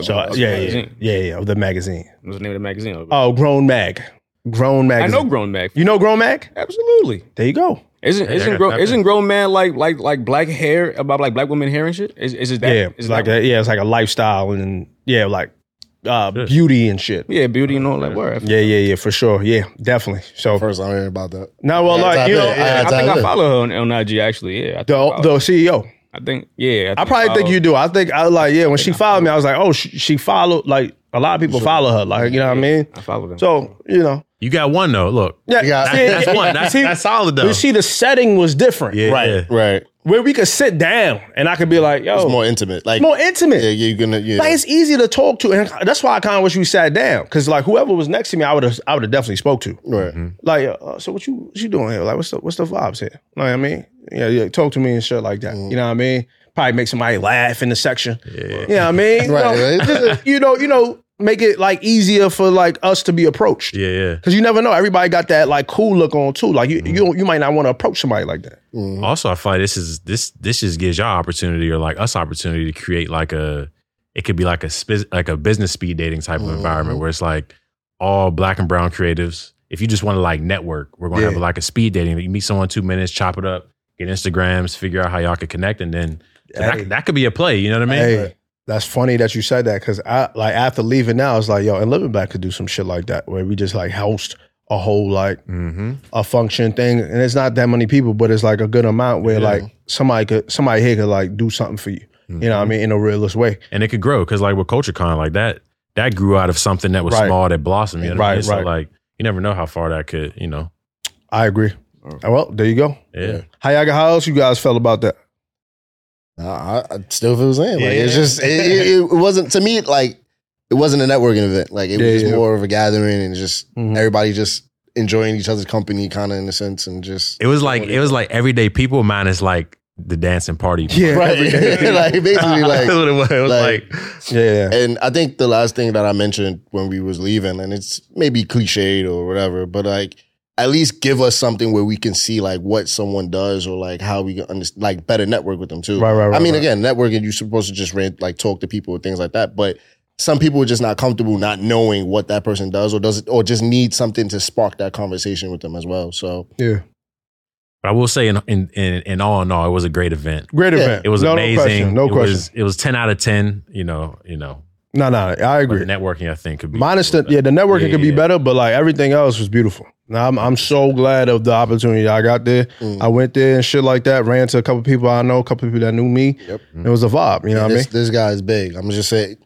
S1: So uh,
S2: Oh,
S1: yeah, yeah,
S2: magazine.
S1: yeah, yeah, of the magazine.
S2: What's the name of the magazine?
S1: Oh, Grown Mag, Grown
S2: I
S1: Magazine.
S2: know Grown Mag.
S1: You know Grown Mag?
S2: Absolutely.
S1: There you go.
S2: Isn't
S3: Yeah, I
S2: isn't
S3: got
S2: grown
S3: that.
S2: isn't grown man like like like black hair about like black women hair and shit? Is is it that?
S1: yeah,
S2: is
S1: it's
S2: it
S1: like
S2: that?
S1: a, yeah, it's like a lifestyle and yeah, like uh,
S3: Shit.
S1: beauty and shit.
S2: Yeah, beauty and all that word.
S1: Yeah, yeah, yeah, for sure. Yeah, definitely. So
S4: First I heard about that.
S1: now, well,
S4: Yeah,
S1: like
S4: type
S1: you
S4: in.
S1: know,
S4: Yeah,
S2: I think
S4: type
S2: I
S4: in.
S2: follow her on, on IG actually. Yeah, I think,
S1: the
S2: I,
S1: the CEO.
S2: I think yeah.
S1: I probably think
S2: follow-
S1: you do. I think I like yeah. When she followed me, I was like, oh, she, she followed. Like a lot of people follow her. Like you know what I mean.
S2: I follow them.
S1: So you know,
S3: You got one though. Look,
S1: yeah.
S4: You
S1: (laughs)
S4: got-
S1: see,
S3: that's
S1: (laughs)
S3: one. That's,
S1: see,
S3: that's solid though.
S1: You see, the setting was different,
S3: yeah,
S1: right?
S3: yeah.
S4: Right.
S1: Where we could sit down and I could be like, yo,
S4: It's
S1: more,
S4: more intimate. Like
S1: intimate.
S4: yeah, you're gonna yeah.
S1: Like it's easy to talk to, and that's why I kind of wish we sat down. Cause like whoever was next to me, I would have, I would have definitely spoke to.
S4: right.
S1: Like, uh, so what you, what you doing here? Like, what's the, what's the vibes here? Know what I mean? Yeah, yeah. Talk to me and shit like that. You know what I mean? Probably make somebody laugh in the section.
S3: Mm. Yeah.
S1: You know what I mean? You
S3: (laughs)
S4: Right,
S1: know,
S4: right.
S1: just, uh, you know, you know, make it like easier for like us to be approached.
S3: Yeah, yeah.
S1: Cause you never know. Everybody got that like cool look on too. Like you,
S3: Mm-hmm.
S1: you, you might not want to approach somebody like that.
S4: Mhm.
S3: Also, I feel like this is this this just gives y'all opportunity or like us opportunity to create like a it could be like a spiz- like a business speed dating type of environment
S1: Mm-hmm.
S3: where it's like all black and brown creatives. If you just want to like network, we're gonna
S1: Yeah.
S3: have like a speed dating. You meet someone two minutes, chop it up, get Instagrams, figure out how y'all could connect, and then so
S1: Hey.
S3: that, that could be a play. You know what I mean?
S1: Hey, that's funny that you said that because I like after leaving now, it's like yo, and living back could do some shit like that where we just like host a whole like
S6: Mm-hmm.
S1: a function thing, and it's not that many people, but it's like a good amount where
S4: Yeah.
S1: like somebody could somebody here could like do something for you. You
S3: Mm-hmm.
S1: know what I mean? In a realist way.
S3: and it could grow because like with culture con like that that grew out of something that was
S1: Right.
S3: small that blossomed you know what I mean?
S1: Right,
S3: so
S1: right.
S3: like you never know how far that could you know
S1: I agree. Uh,
S2: Alright.
S1: Well, there you go.
S3: yeah,
S1: How y'all how else you guys felt about that?
S4: Nah, I, I still feel the same. Like it's
S1: Yeah.
S4: just it, it, it wasn't to me like it wasn't a networking event. Like it
S1: Yeah,
S4: was just
S1: yeah.
S4: more of a gathering and just
S3: Mm-hmm.
S1: Mhm.
S4: everybody just enjoying each other's company, kind of in a sense, and just
S3: it was like it was like everyday people minus like the dancing party (laughs)
S1: Yeah,
S4: right,
S1: (laughs)
S4: (laughs)
S1: everyday.
S4: like basically like
S3: That's what it was, It was
S4: like-
S3: like,
S1: Yeah,
S4: And I think the last thing that I mentioned when we was leaving, and it's maybe cliched or whatever, but like at least give us something where we can see like what someone does or like how we can understand, like better network with them too.
S1: Right, right, right,
S4: I mean,
S1: right.
S4: again, networking you're supposed to just rant, like talk to people and things like that, but some people are just not comfortable not knowing what that person does or does it, or just need something to spark that conversation with them as well. So
S1: yeah.
S3: but I will say in, in in in all in all it was a great event
S1: Great
S4: Yeah.
S1: event.
S3: it was
S1: no, No question.
S3: amazing
S1: No
S3: it
S1: question.
S3: was it was ten out of ten you know you know
S1: no, no, I
S3: but the
S1: agree.
S3: networking I think could be
S1: Minus the yeah, the networking
S3: Yeah,
S1: could be
S3: yeah.
S1: better, but like everything else was beautiful. Now I'm I'm so glad of the opportunity I got there.
S4: Mm.
S1: I went there and shit like that. Ran to a couple people I know, a couple people that knew me.
S4: Yep.
S1: It was a vibe. You know what I
S4: this, this guy is big. I'm just saying,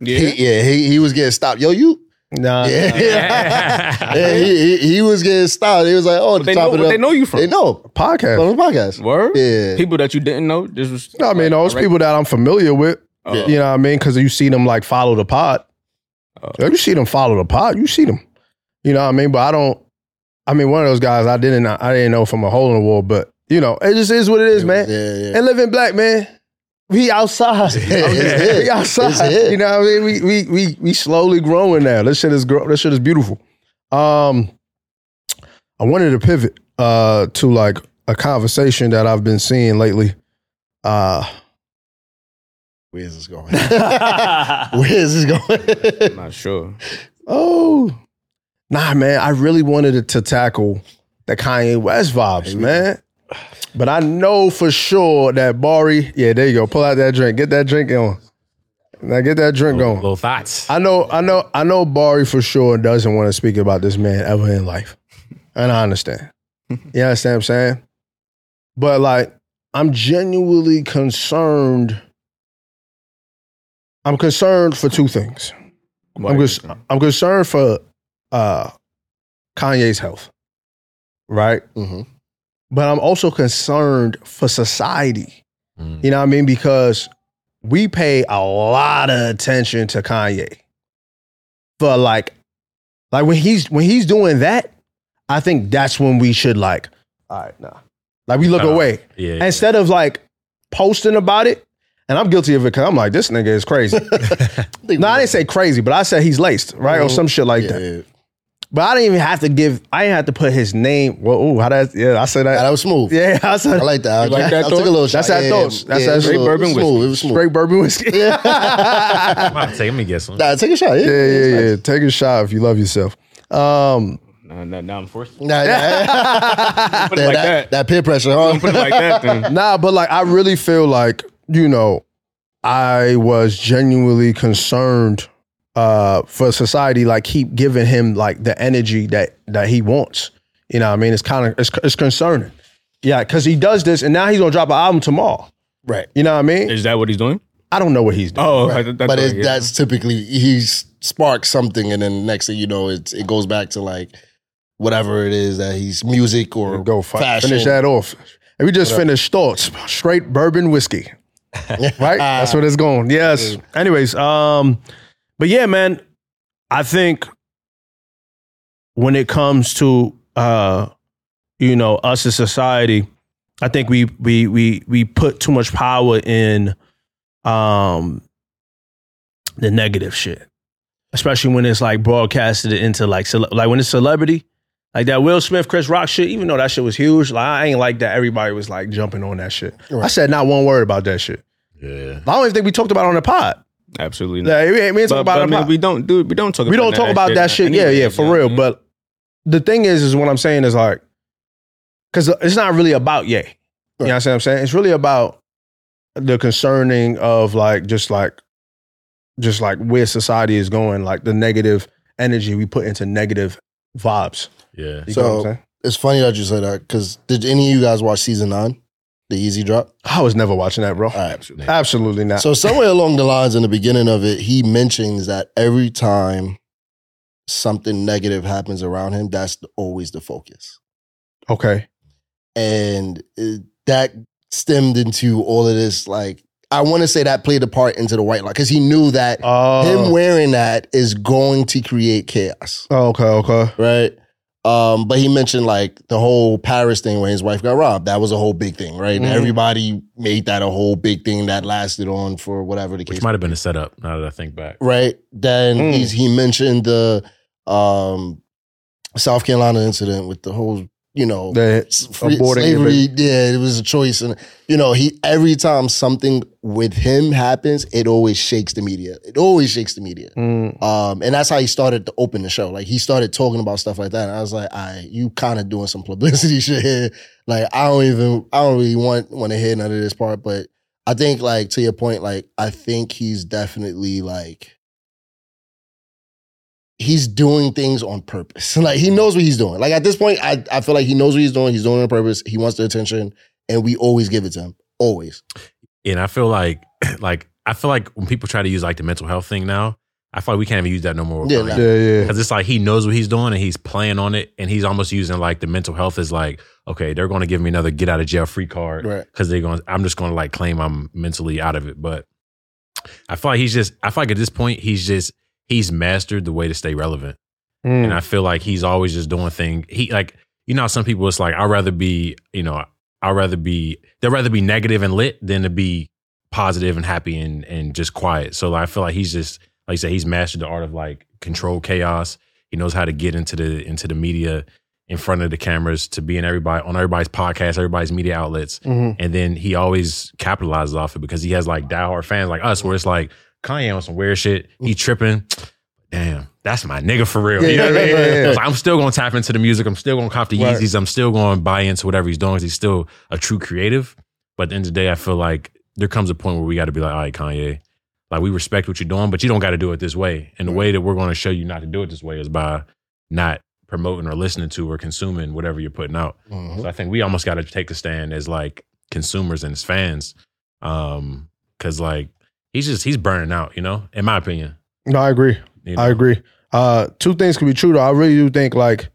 S4: yeah,
S2: Yeah.
S4: he, yeah, he, he was getting stopped. Yo, you,
S1: mean? Nah.
S4: yeah.
S3: (laughs)
S4: Yeah,
S3: yeah.
S4: he, he, he was getting stopped. He was like, oh,
S2: But they
S4: top
S2: know
S4: of
S2: what
S4: the
S2: they know you
S4: They
S2: from.
S4: know (laughs)
S1: Podcast.
S4: from the podcast.
S2: Word?
S4: Yeah.
S2: People that you didn't know. This was
S1: No, I mean, those
S2: Alright.
S1: people that I'm familiar with.
S2: Oh.
S1: You know what I mean? Because you see them like follow the pod.
S2: Oh.
S1: Yo, you see them follow the pod. You see them. You know what I mean? But I don't. I mean, one of those guys I didn't. I didn't know from a hole in the wall. But you know, it just is what it is, man.
S4: Yeah, yeah.
S1: And living black, man. We outside.
S4: (laughs) Yeah.
S1: (laughs) we
S4: It's
S1: outside.
S4: it.
S1: You know what I mean? We we we we slowly growing now. This shit is grow this shit is beautiful. Um I wanted to pivot uh to like a conversation that I've been seeing lately. Uh
S4: Where's this going? (laughs) Where's this
S2: I'm
S4: going? (laughs)
S2: not sure.
S1: oh nah man, I really wanted it to tackle the Kanye West vibes, man. But I know for sure that Bari, yeah, there you go. Pull out that drink. Get that drink on. Now get that drink going.
S3: little thoughts
S1: I know, I know, I know. Barry for sure doesn't want to speak about this man ever in life, and I understand. You understand what I'm saying? But like, I'm genuinely concerned. I'm concerned for two things. I'm, cons- I'm concerned for uh, Kanye's health, right?
S4: (laughs) hmm
S1: But I'm also concerned for society.
S3: Mm.
S1: You know what I mean? Because we pay a lot of attention to Kanye. But like, like when he's when he's doing that, I think that's when we should like, all right, nah. Like we look
S3: Uh,
S1: away.
S3: yeah
S1: Instead of like posting about it, and I'm guilty of it because I'm like, this nigga is
S4: (laughs)
S1: crazy. no, I didn't say crazy, but I said he's laced, right? Or some shit like
S4: yeah,
S1: that.
S4: yeah.
S1: But I didn't even have to give, I didn't have to put his name. Whoa, ooh, how that yeah, I said
S4: Nah,
S1: that.
S4: that was smooth.
S1: Yeah, (laughs) I said
S4: I like that.
S2: You like
S4: I,
S2: that
S4: I took
S2: thought?
S4: a little shot.
S1: That's that
S4: yeah,
S1: thought.
S4: yeah,
S1: That's
S4: yeah, it
S1: that
S4: was
S1: straight
S4: smooth.
S2: bourbon
S4: It was smooth. It was smooth.
S1: straight bourbon whiskey.
S3: Come on, take let me guess
S4: Nah, take a shot.
S1: (laughs)
S4: Yeah,
S1: yeah, yeah, yeah. Take a shot if you love yourself. Um,
S2: Now, now, now I'm forced to
S4: Nah, nah,
S1: Ah,
S2: put it like that.
S4: that peer pressure, huh?
S2: Don't put it like
S1: (laughs)
S2: that then.
S1: nah, but like I really feel like you know, I was genuinely concerned uh, for society. Like keep giving him like the energy that that he wants. You know, what I mean, it's kind of it's, it's concerning. Yeah, because he does this, and now he's gonna drop an album tomorrow.
S4: (laughs) Right.
S1: You know what I mean?
S2: Is that what he's doing?
S1: I don't know what he's doing.
S2: Oh,
S4: Right.
S2: I- I-
S4: but it's,
S2: yeah.
S4: that's typically he sparks something, and then next thing you know, it it goes back to like whatever it is that he's music or
S1: Go fi-
S4: fashion.
S1: finish that off. And we just finished thoughts. Straight bourbon
S4: (laughs)
S1: whiskey. right? That's what it's going. Yes. Anyways, um, but yeah, man, I think when it comes to uh, you know, us as society, I think we we we we put too much power in um the negative shit. Especially when it's like broadcasted into like cele- like when it's celebrity, like that Will Smith, Chris Rock shit, even though that shit was huge, like I ain't like that everybody was like jumping on that shit. I
S4: Right.
S1: said not one word about that shit.
S3: yeah
S1: I don't even think we talked about it on the pod.
S2: absolutely not.
S1: Like, we ain't, we ain't
S2: But-
S1: talk about
S2: but,
S1: it
S2: I
S1: on the
S2: mean,
S1: pod.
S2: we don't do we don't talk
S1: We,
S2: about
S1: don't talk about that shit. Yeah, yeah, for real. But the thing is, is what I'm saying is like, because it's not really about Ye. You know what I'm saying? It's really about the concerning of like just like just like where society is going, like the negative energy we put into negative vibes.
S3: Yeah.
S1: You
S4: So-
S1: know what I'm saying?
S4: It's funny that you said that because did any of you guys watch season nine, the Easy Drop?
S1: I was never watching that, bro.
S4: All right.
S1: Absolutely not.
S4: So somewhere along the lines in the beginning of it, he mentions that every time something negative happens around him, that's the- always the focus,
S1: okay.
S4: and it, that stemmed into all of this. Like I want to say that played a part into the white line because he knew that him
S1: Oh.
S4: wearing that is going to create chaos,
S1: okay. Okay.
S4: right? Um, but he mentioned like the whole Paris thing where his wife got robbed. That was a whole big thing, right? And
S1: Mhm.
S4: everybody made that a whole big thing that lasted on for whatever the case.
S3: Which might have been a setup. Now that I think back.
S4: right? Then
S1: Mm.
S4: he's, he mentioned the um, South Carolina incident with the whole, you know,
S1: The
S4: s- free,
S1: aborting
S4: slavery. Yeah, it was a choice, and you know, he every time something with him happens, it always shakes the media. It always shakes the media.
S1: Mm,
S4: Um, and that's how he started to open the show. Like he started talking about stuff like that. And I was like, I you kind of doing some publicity (laughs) shit here. Like I don't even I don't really want want to hear none of this part. But I think like to your point, like I think he's definitely like he's doing things on purpose. (laughs) like he knows what he's doing. Like at this point, I, I feel like he knows what he's doing. He's doing it on purpose. He wants the attention, and we always give it to him. Always.
S3: And I feel like (clears throat) like I feel like when people try to use like the mental health thing now, I feel like we can't even use that no more.
S4: Yeah,
S1: yeah.
S4: nah.
S1: Yeah.
S3: Because it's like he knows what he's doing and he's playing on it and he's almost using like the mental health is like, okay, they're gonna give me another get out of jail free card.
S4: Right.
S3: because they're going to I'm just going to like claim I'm mentally out of it. But I feel like he's just I feel like at this point he's just he's mastered the way to stay relevant,
S1: Mm.
S3: and I feel like he's always just doing thing. He like you know how some people it's like I'd rather be you know I'd rather be they'd rather be negative and lit than to be positive and happy and and just quiet. So like, I feel like he's just like you said he's mastered the art of like control chaos. He knows how to get into the into the media in front of the cameras to be in everybody on everybody's podcast, everybody's media outlets
S1: Mhm.
S3: and then he always capitalizes off it because he has like diehard fans like us, where it's like Kanye on some weird shit, he tripping. Damn, that's my nigga for real. You know what I mean?
S1: Yeah, yeah, yeah.
S3: It's like, I'm still gonna tap into the music. I'm still gonna cop the
S1: Right.
S3: Yeezys. I'm still gonna buy into whatever he's doing. 'cause He's still a true creative. But at the end of the day, I feel like there comes a point where we got to be like, all right, Kanye, like we respect what you're doing, but you don't got to do it this way. And the way that we're gonna show you not to do it this way is by not promoting or listening to or consuming whatever you're putting out.
S4: Mm-hmm.
S3: So I think we almost got to take a stand as like consumers and as fans, um, because like he's just he's burning out, you know. In my opinion,
S1: No, I agree.
S3: you
S1: I
S3: know?
S1: agree. Uh, two things could be true though. I really do think like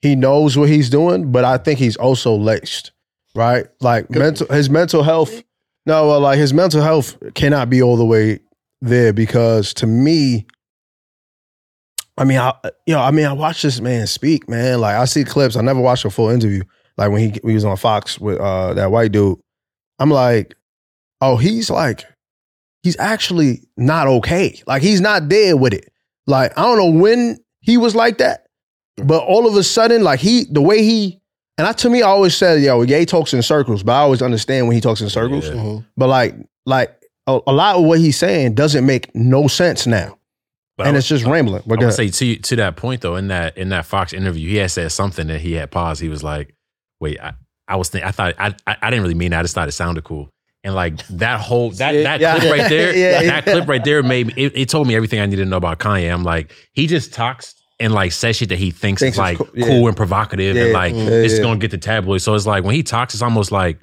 S1: he knows what he's doing, but I think he's also laced, right? Like mental, his mental health. No, well, like his mental health cannot be all the way there because to me, I mean, I you know, I mean, I watch this man speak, man. Like I see clips. I never watched a full interview. Like when he, when he was on Fox with uh, that white dude, I'm like, oh, he's like, he's actually not okay. Like he's not there with it. Like I don't know when he was like that, but all of a sudden, like he, the way he, and I to me, I always said, yo, Ye talks in circles, but I always understand when he talks in circles.
S3: Yeah.
S4: Mhm.
S1: But like, like a, a lot of what he's saying doesn't make no sense now,
S3: But
S1: and
S3: I,
S1: it's just rambling.
S3: I
S1: But
S3: would
S1: go
S3: say to to that point though, in that in that Fox interview, he had said something that he had paused. He was like, "Wait, I, I was think I thought I, I I didn't really mean that. I just thought it sounded cool." And like
S1: (laughs)
S3: that whole that
S2: Yeah.
S3: that
S1: Yeah.
S3: clip right
S1: (laughs)
S3: there,
S1: Yeah,
S3: that,
S1: yeah.
S3: that clip right there made me, it, it told me everything I needed to know about Kanye. I'm like, he just talks and like says shit that he
S1: Thinks
S3: thinks, is
S1: it's
S3: like
S1: cool.
S3: cool,
S1: Yeah.
S3: and provocative
S1: Yeah. Mm-hmm.
S3: and like
S1: Yeah,
S3: it's
S1: yeah.
S3: gonna get the tabloid. So it's like when he talks, it's almost like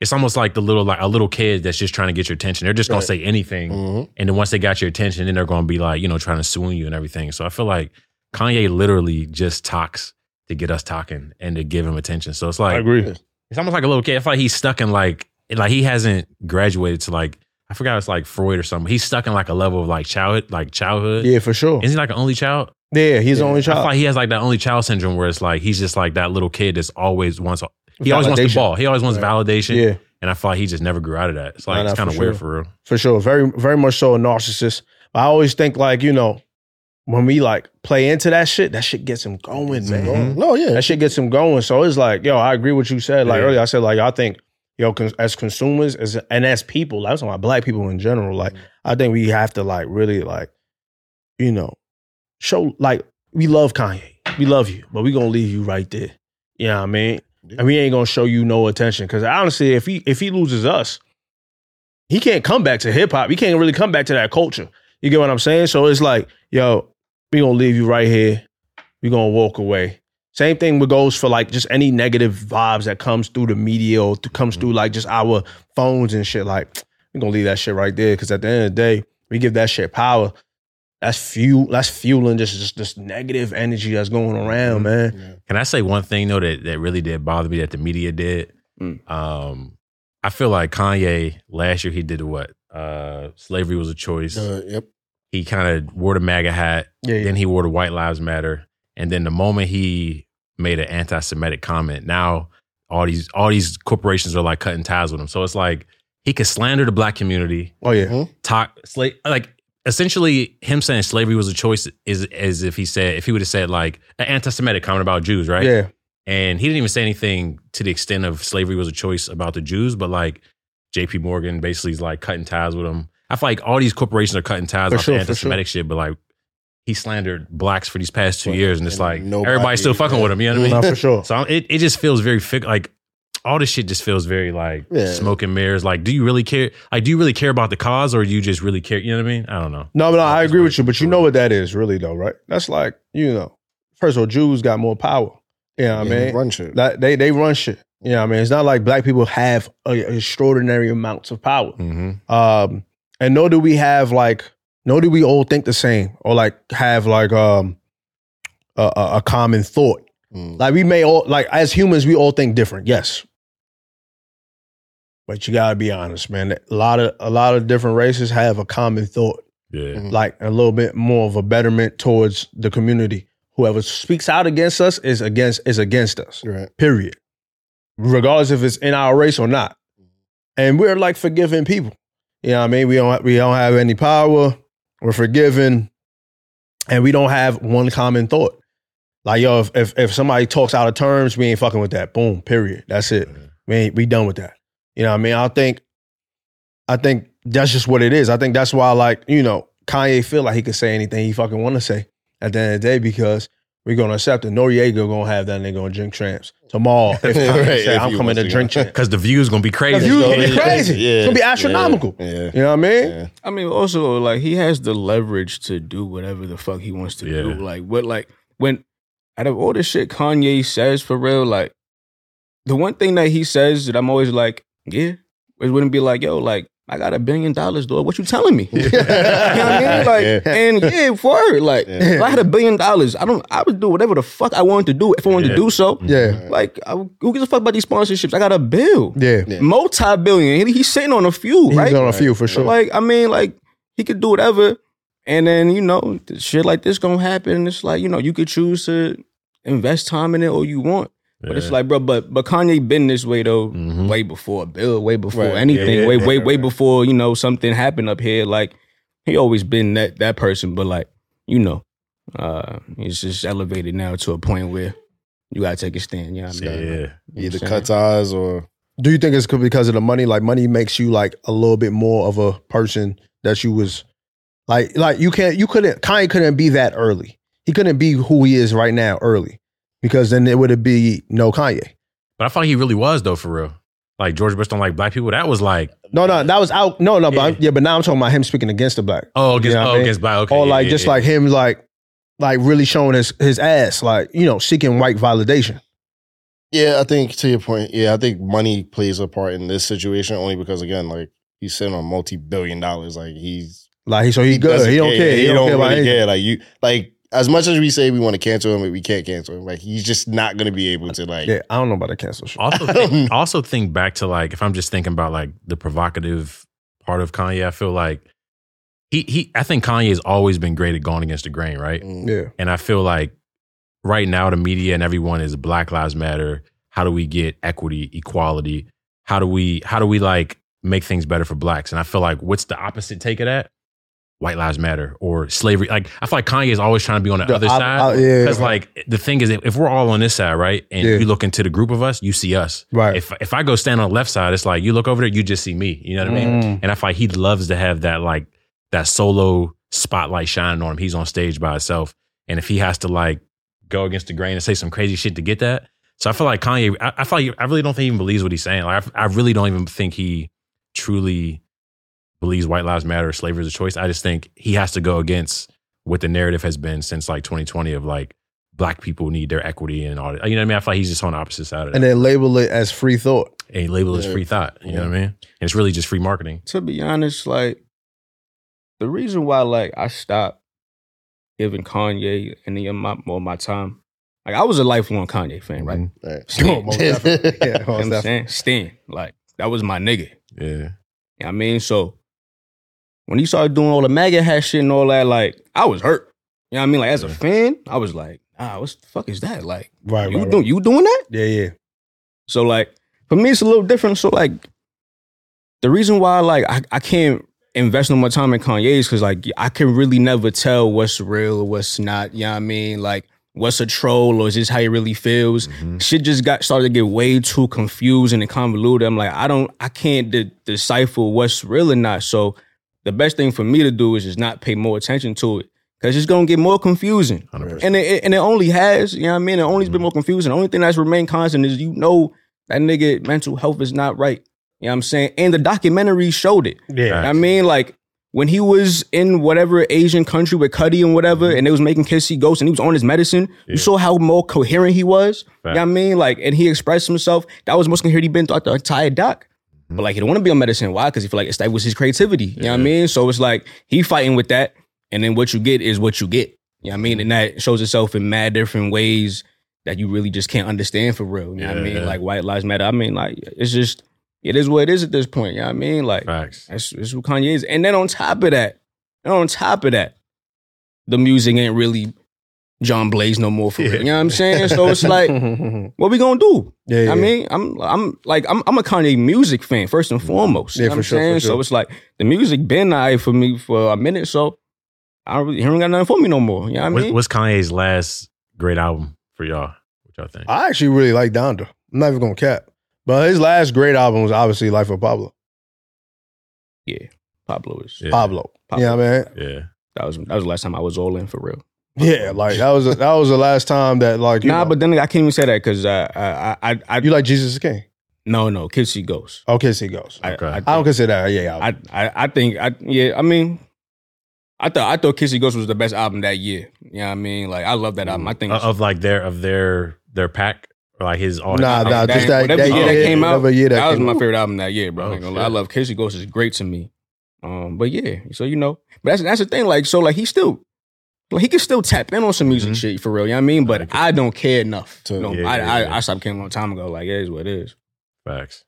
S3: it's almost like the little like a little kid that's just trying to get your attention. They're just gonna
S4: Right.
S3: say anything.
S4: Mhm.
S3: And then once they got your attention, then they're going to be like, you know, trying to swoon you and everything. So I feel like Kanye literally just talks to get us talking and to give him attention. So it's like,
S1: agree.
S3: it's almost like a little kid. I feel like he's stuck in like, like he hasn't graduated to like, I forgot it's like Freud or something. He's stuck in like a level of like childhood, like childhood.
S1: Yeah, for sure.
S3: Isn't he like an only child?
S1: Yeah, he's the only
S3: I feel
S1: child.
S3: like he has like that only child syndrome where it's like he's just like that little kid that's always wants he always wants the
S1: Validation.
S3: ball. He always wants
S1: Right.
S3: validation.
S1: Yeah.
S3: And I feel like he just never grew out of that. It's like
S1: Nah, nah,
S3: it's kind of
S1: for
S3: weird
S1: sure.
S3: for real.
S1: for sure. Very, very much so a narcissist. But I always think like you know, when we like play into that shit, that shit gets him going, man.
S3: Mhm.
S4: No, yeah,
S1: That shit gets him going. So it's like, yo, I agree with you said. Like
S3: Yeah.
S1: earlier, I said like I think, yo, con- as consumers, as and as people, like, I'm talking about black people in general. Like I think we have to like really like, you know, show like we love Kanye, we love you, but we gonna leave you right there. You know what I mean? and we ain't gonna show you no attention. Because honestly, if he if he loses us, he can't come back to hip hop. He can't really come back to that culture. You get what I'm saying? So it's like, yo, we gonna leave you right here. We gonna walk away. Same thing with goes for like just any negative vibes that comes through the media or th- comes through like just our phones and shit. Like we gonna leave that shit right there because at the end of the day, we give that shit power. That's fuel. That's fueling just just this negative energy that's going
S4: Mm-hmm.
S1: around, man.
S3: Can I say one thing though that that really did bother me that the media did?
S2: Mm.
S3: Um, I feel like Kanye last year he did what? Uh, slavery was a choice.
S4: Uh, yep.
S3: he kind of wore the MAGA hat.
S1: Yeah, yeah.
S3: Then he wore the White Lives Matter. And then the moment he made an anti-Semitic comment, now all these all these corporations are like cutting ties with him. So it's like he could slander the black community,
S1: Oh yeah,
S3: talk sla- like essentially him saying slavery was a choice is as if he said if he would have said like an anti-Semitic comment about Jews, right?
S1: yeah,
S3: And he didn't even say anything to the extent of slavery was a choice about the Jews, but like JP Morgan basically is like cutting ties with him. I feel like all these corporations are cutting ties
S1: For
S3: off
S1: sure,
S3: the
S1: for
S3: anti Semitic shit, but like he slandered blacks for these past two
S4: Well,
S3: years and it's
S4: and
S3: like
S4: nobody-
S3: everybody's still fucking with him, you know what I mean?
S1: not for sure.
S3: (laughs) So I'm, it, it just feels very fig- like all this shit just feels very like
S4: Yeah.
S3: smoke and mirrors. Like, do you really care? Like, do you really care about the cause or do you just really care? You know what I mean? I don't know.
S1: No, but no,
S3: That
S1: I
S3: was
S1: agree
S3: weird.
S1: with you. But you know what that is, really, though, right? That's like you know, first of all, Jews got more power. You know what I mean?
S4: run shit.
S1: Like, they they run shit. You know what I mean? It's not like black people have a, extraordinary amounts of power.
S3: Mm-hmm.
S1: Um, and nor do we have like, nor do we all think the same or like have like um a, a, a common thought.
S4: Mm.
S1: Like we may all like as humans, we all think different. Yes. But you gotta be honest, man. A lot of a lot of different races have a common thought
S3: Yeah.
S1: like a little bit more of a betterment towards the community. Whoever speaks out against us is against is against us.
S4: Right.
S1: Period. Regardless if it's in our race or not. And we're like forgiving people. You know what I mean? We don't we don't have any power. We're forgiving. And we don't have one common thought. Like, yo, if if, if somebody talks out of terms, we ain't fucking with that. Boom. Period. That's it.
S4: Mm-hmm.
S1: We ain't, we done with that. You know what I mean? I think I think that's just what it is. I think that's why like, you know, Kanye feel like he could say anything he fucking wanna say at the end of the day because we're gonna accept it. Noriega gonna have that nigga on drink tramps. Tomorrow, if
S4: (laughs)
S1: Kanye
S4: Right,
S1: say,
S4: if
S1: I'm
S4: he
S1: coming
S4: wants
S1: to
S4: to go.
S1: drink champs.
S3: Because the views going to be crazy.
S1: views gonna be
S3: (laughs) Yeah.
S1: crazy. It's gonna be astronomical.
S4: Yeah.
S1: You know what I mean?
S4: yeah.
S2: I mean, also like he has the leverage to do whatever the fuck he wants to do.
S3: Yeah.
S2: Like what, like when out of all the shit Kanye says for real, like the one thing that he says that I'm always like, yeah, it wouldn't be like, yo, like I got a billion dollars, dog. What you
S1: (laughs)
S2: telling me? (laughs) you know what I
S4: (laughs)
S2: mean? Like,
S4: Yeah.
S2: and yeah, word, like
S4: Yeah.
S2: if I had a billion dollars, I don't, I would do whatever the fuck I wanted to do if I wanted
S3: Yeah.
S2: to do so.
S1: Yeah.
S2: Like, I, who gives a fuck about these sponsorships? I got a bill,
S1: Yeah.
S4: Yeah.
S2: multi-billion. He, he's sitting on a few,
S1: He's
S2: right?
S1: on a few for
S2: So,
S1: sure.
S2: Like, I mean, like, he could do whatever. And then, you know, th- shit like this gonna happen. And it's like, you know, you could choose to invest time in it all you want. But it's like, bro, but but Kanye been this way though,
S3: Mhm.
S2: way before Bill, way before
S4: Right.
S2: anything,
S3: Yeah, yeah,
S2: way,
S3: yeah,
S2: way,
S4: right,
S2: way
S4: right.
S2: before, you know, something happened up here. Like, he always been that that person, but like, you know, uh, he's just elevated now to a point where you gotta take a stand, you know what I
S3: yeah.
S2: mean?
S3: yeah.
S2: You know
S4: Either
S2: what I'm
S4: cut ties or
S1: Do you think it's because of the money? Like money makes you like a little bit more of a person that you was like like you can't you couldn't Kanye couldn't be that early. He couldn't be who he is right now early because then it would be no Kanye.
S3: But I thought he really was though, for real. Like George Bush don't like black people. That was like,
S1: No, no, that was out. No, no, but I'm-
S3: Yeah.
S1: yeah, but now I'm talking about him speaking against the black
S3: oh, against,
S1: Yeah, I
S3: oh,
S1: mean-
S3: against black. Okay,
S1: or
S3: yeah,
S1: like
S3: yeah,
S1: just
S3: yeah.
S1: like him like like really showing his his ass like you know seeking white validation.
S4: Yeah, I think to your point, yeah, I think money plays a part in this situation only because again, like he's sitting on multi billion dollars. Like he's
S1: Like he so he, good.
S4: doesn't
S1: He don't care. He, don't, care about
S4: really
S1: anything.
S4: care. Like you like as much as we say we want to cancel him, we can't cancel him. Like he's just not gonna be able to like
S1: Yeah, I don't know about that cancel shit. (laughs)
S3: (laughs) Also,
S4: I don't
S3: think,
S4: know.
S3: also think back to like if I'm just thinking about like the provocative part of Kanye. I feel like he he. I think Kanye has always been great at going against the grain, right?
S4: mm,
S1: Yeah,
S3: And I feel like right now the media and everyone is Black Lives Matter. How do we get equity, equality? How do we how do we like make things better for blacks? And I feel like what's the opposite take of that? White Lives Matter or slavery. Like I feel like Kanye is always trying to be on the,
S1: The
S3: other
S1: op-
S3: side.
S1: uh, yeah.
S3: Because like the thing is, if if we're all on this side, right, and
S1: Yeah.
S3: you look into the group of us, you see us.
S1: right.
S3: If if I go stand on the left side, it's like you look over there, you just see me. You know what I mean?
S1: Mm.
S3: And I feel like he loves to have that like that solo spotlight shining on him. He's on stage by himself, and if he has to like go against the grain and say some crazy shit to get that, So I feel like Kanye. I, I feel like I really don't think he even believes what he's saying. Like I, I really don't even think he truly believes white lives matter or slavery is a choice. I just think he has to go against what the narrative has been since like 2020 of like black people need their equity and all that. You know what I mean? I feel like he's just on the opposite side of that.
S1: and
S3: And,
S1: then label it as free thought.
S3: he label is free thought. You know what I mean? And it's really just free marketing.
S2: to be honest, like the reason why like I stopped giving Kanye any of my more of my time, like I was a lifelong Kanye fan, right?
S3: Mhm.
S4: All right.
S2: Stan,
S4: (laughs)
S2: you know
S1: Yeah,
S2: what
S1: most
S2: I'm
S1: definitely.
S2: saying? Stan, like that was my nigga. You know
S3: Yeah.
S2: what I mean, so when he started doing all the MAGA hat shit and all that, like I was hurt. You know what I mean? Like as a
S3: Yeah.
S2: fan, I was like, ah, what the fuck is that? Like
S1: right, right,
S2: you
S1: right.
S2: doing you doing that?
S1: Yeah, yeah.
S2: So like for me, it's a little different. So like the reason why like I, I can't invest no more time in Kanye is because like I can really never tell what's real or what's not. You know what I mean? Like what's a troll or is this how he really feels?
S3: Mhm.
S2: Shit just got started to get way too confused and convoluted. I'm like, I don't, I can't de- decipher what's real or not. So the best thing for me to do is just not pay more attention to it because it's gonna get more confusing.
S3: 100%.
S2: And it- it, and it only has, you know what I mean? It only's been more confusing. The only thing that's remained constant is you know that nigga mental health is not right. You know what I'm saying? And the documentary showed it.
S1: Yeah.
S2: I mean, like when he was in whatever Asian country with Cuddy and whatever, and they was making Kissy Ghost and he was on his medicine, you
S3: Mm-hmm. Yeah.
S2: saw how more coherent he was. You know what I
S3: Facts.
S2: mean? Like, and he expressed himself. That was the most coherent he'd been throughout the entire doc. But like he don't want to be on medicine. Why? Because he feel like it's that was his creativity. You know what I
S3: Mm-hmm. Yeah.
S2: mean? So it's like he fighting with that. And then what you get is what you get. You know what I
S3: Mm-hmm.
S2: mean? And that shows itself in mad different ways that you really just can't understand for real. You know what I
S3: Yeah.
S2: mean? Like white lives matter. I mean, like it's just it is what it is at this point. You know what I mean? Like
S3: Facts.
S2: that's, that's what Kanye is. And then on top of that, and on top of that, the music ain't really John Blaze no more for real. You know what I'm saying?
S1: (laughs)
S2: So it's like,
S1: yeah,
S2: what we gonna do?
S1: yeah.
S2: I mean, I'm I'm like I'm I'm a Kanye music fan first and foremost.
S1: Yeah,
S2: you know
S1: for
S2: what I'm
S1: sure, for
S2: saying?
S1: sure.
S2: So it's like the music been all right for me for a minute, so I don't really he don't got nothing for me no more. You know what I
S3: What-
S2: mean?
S3: what's Kanye's last great album for y'all? What y'all think?
S1: I actually really like Donda. I'm not even gonna cap. But his last great album was obviously Life of Pablo.
S2: Pablo is
S3: Yeah.
S1: Pablo.
S2: Pablo.
S1: Yeah, man.
S3: yeah.
S2: that was that was the last time I was all in for real.
S1: Yeah, like that was that was the last time that like you
S2: nah,
S1: know,
S2: but then I can't even say that because I I I, I, I
S1: you like Jesus is King.
S2: no no kids she goes.
S1: Okay, so he goes.
S2: I,
S3: Okay.
S2: I,
S1: I don't consider that. Yeah, yeah.
S2: I, I I think I yeah I mean I thought I thought Kissy Ghost was the best album that year. You know what I mean? Like I love that album. Um, I think
S3: Uh, of like their of their their pack or like his all
S1: nah, nah,
S2: that-
S1: just that,
S2: whatever year that came out,
S1: whatever year that,
S2: that was
S1: came
S2: my
S1: out.
S2: favorite album that year, bro. I
S3: Oh,
S2: ain't gonna lie. I
S3: shit.
S2: love Kissy Ghost is great to me. Um, but yeah, so you know, but that's that's the thing. Like, so like he still, like he can still tap in on some music
S3: Mhm.
S2: shit for real. You know what I mean? But
S3: Like-
S2: I don't care enough.
S4: To-
S2: no,
S3: Yeah,
S2: I,
S3: yeah,
S2: I,
S3: yeah.
S2: I stopped caring a long time ago. Like, it is what it is.
S3: Facts.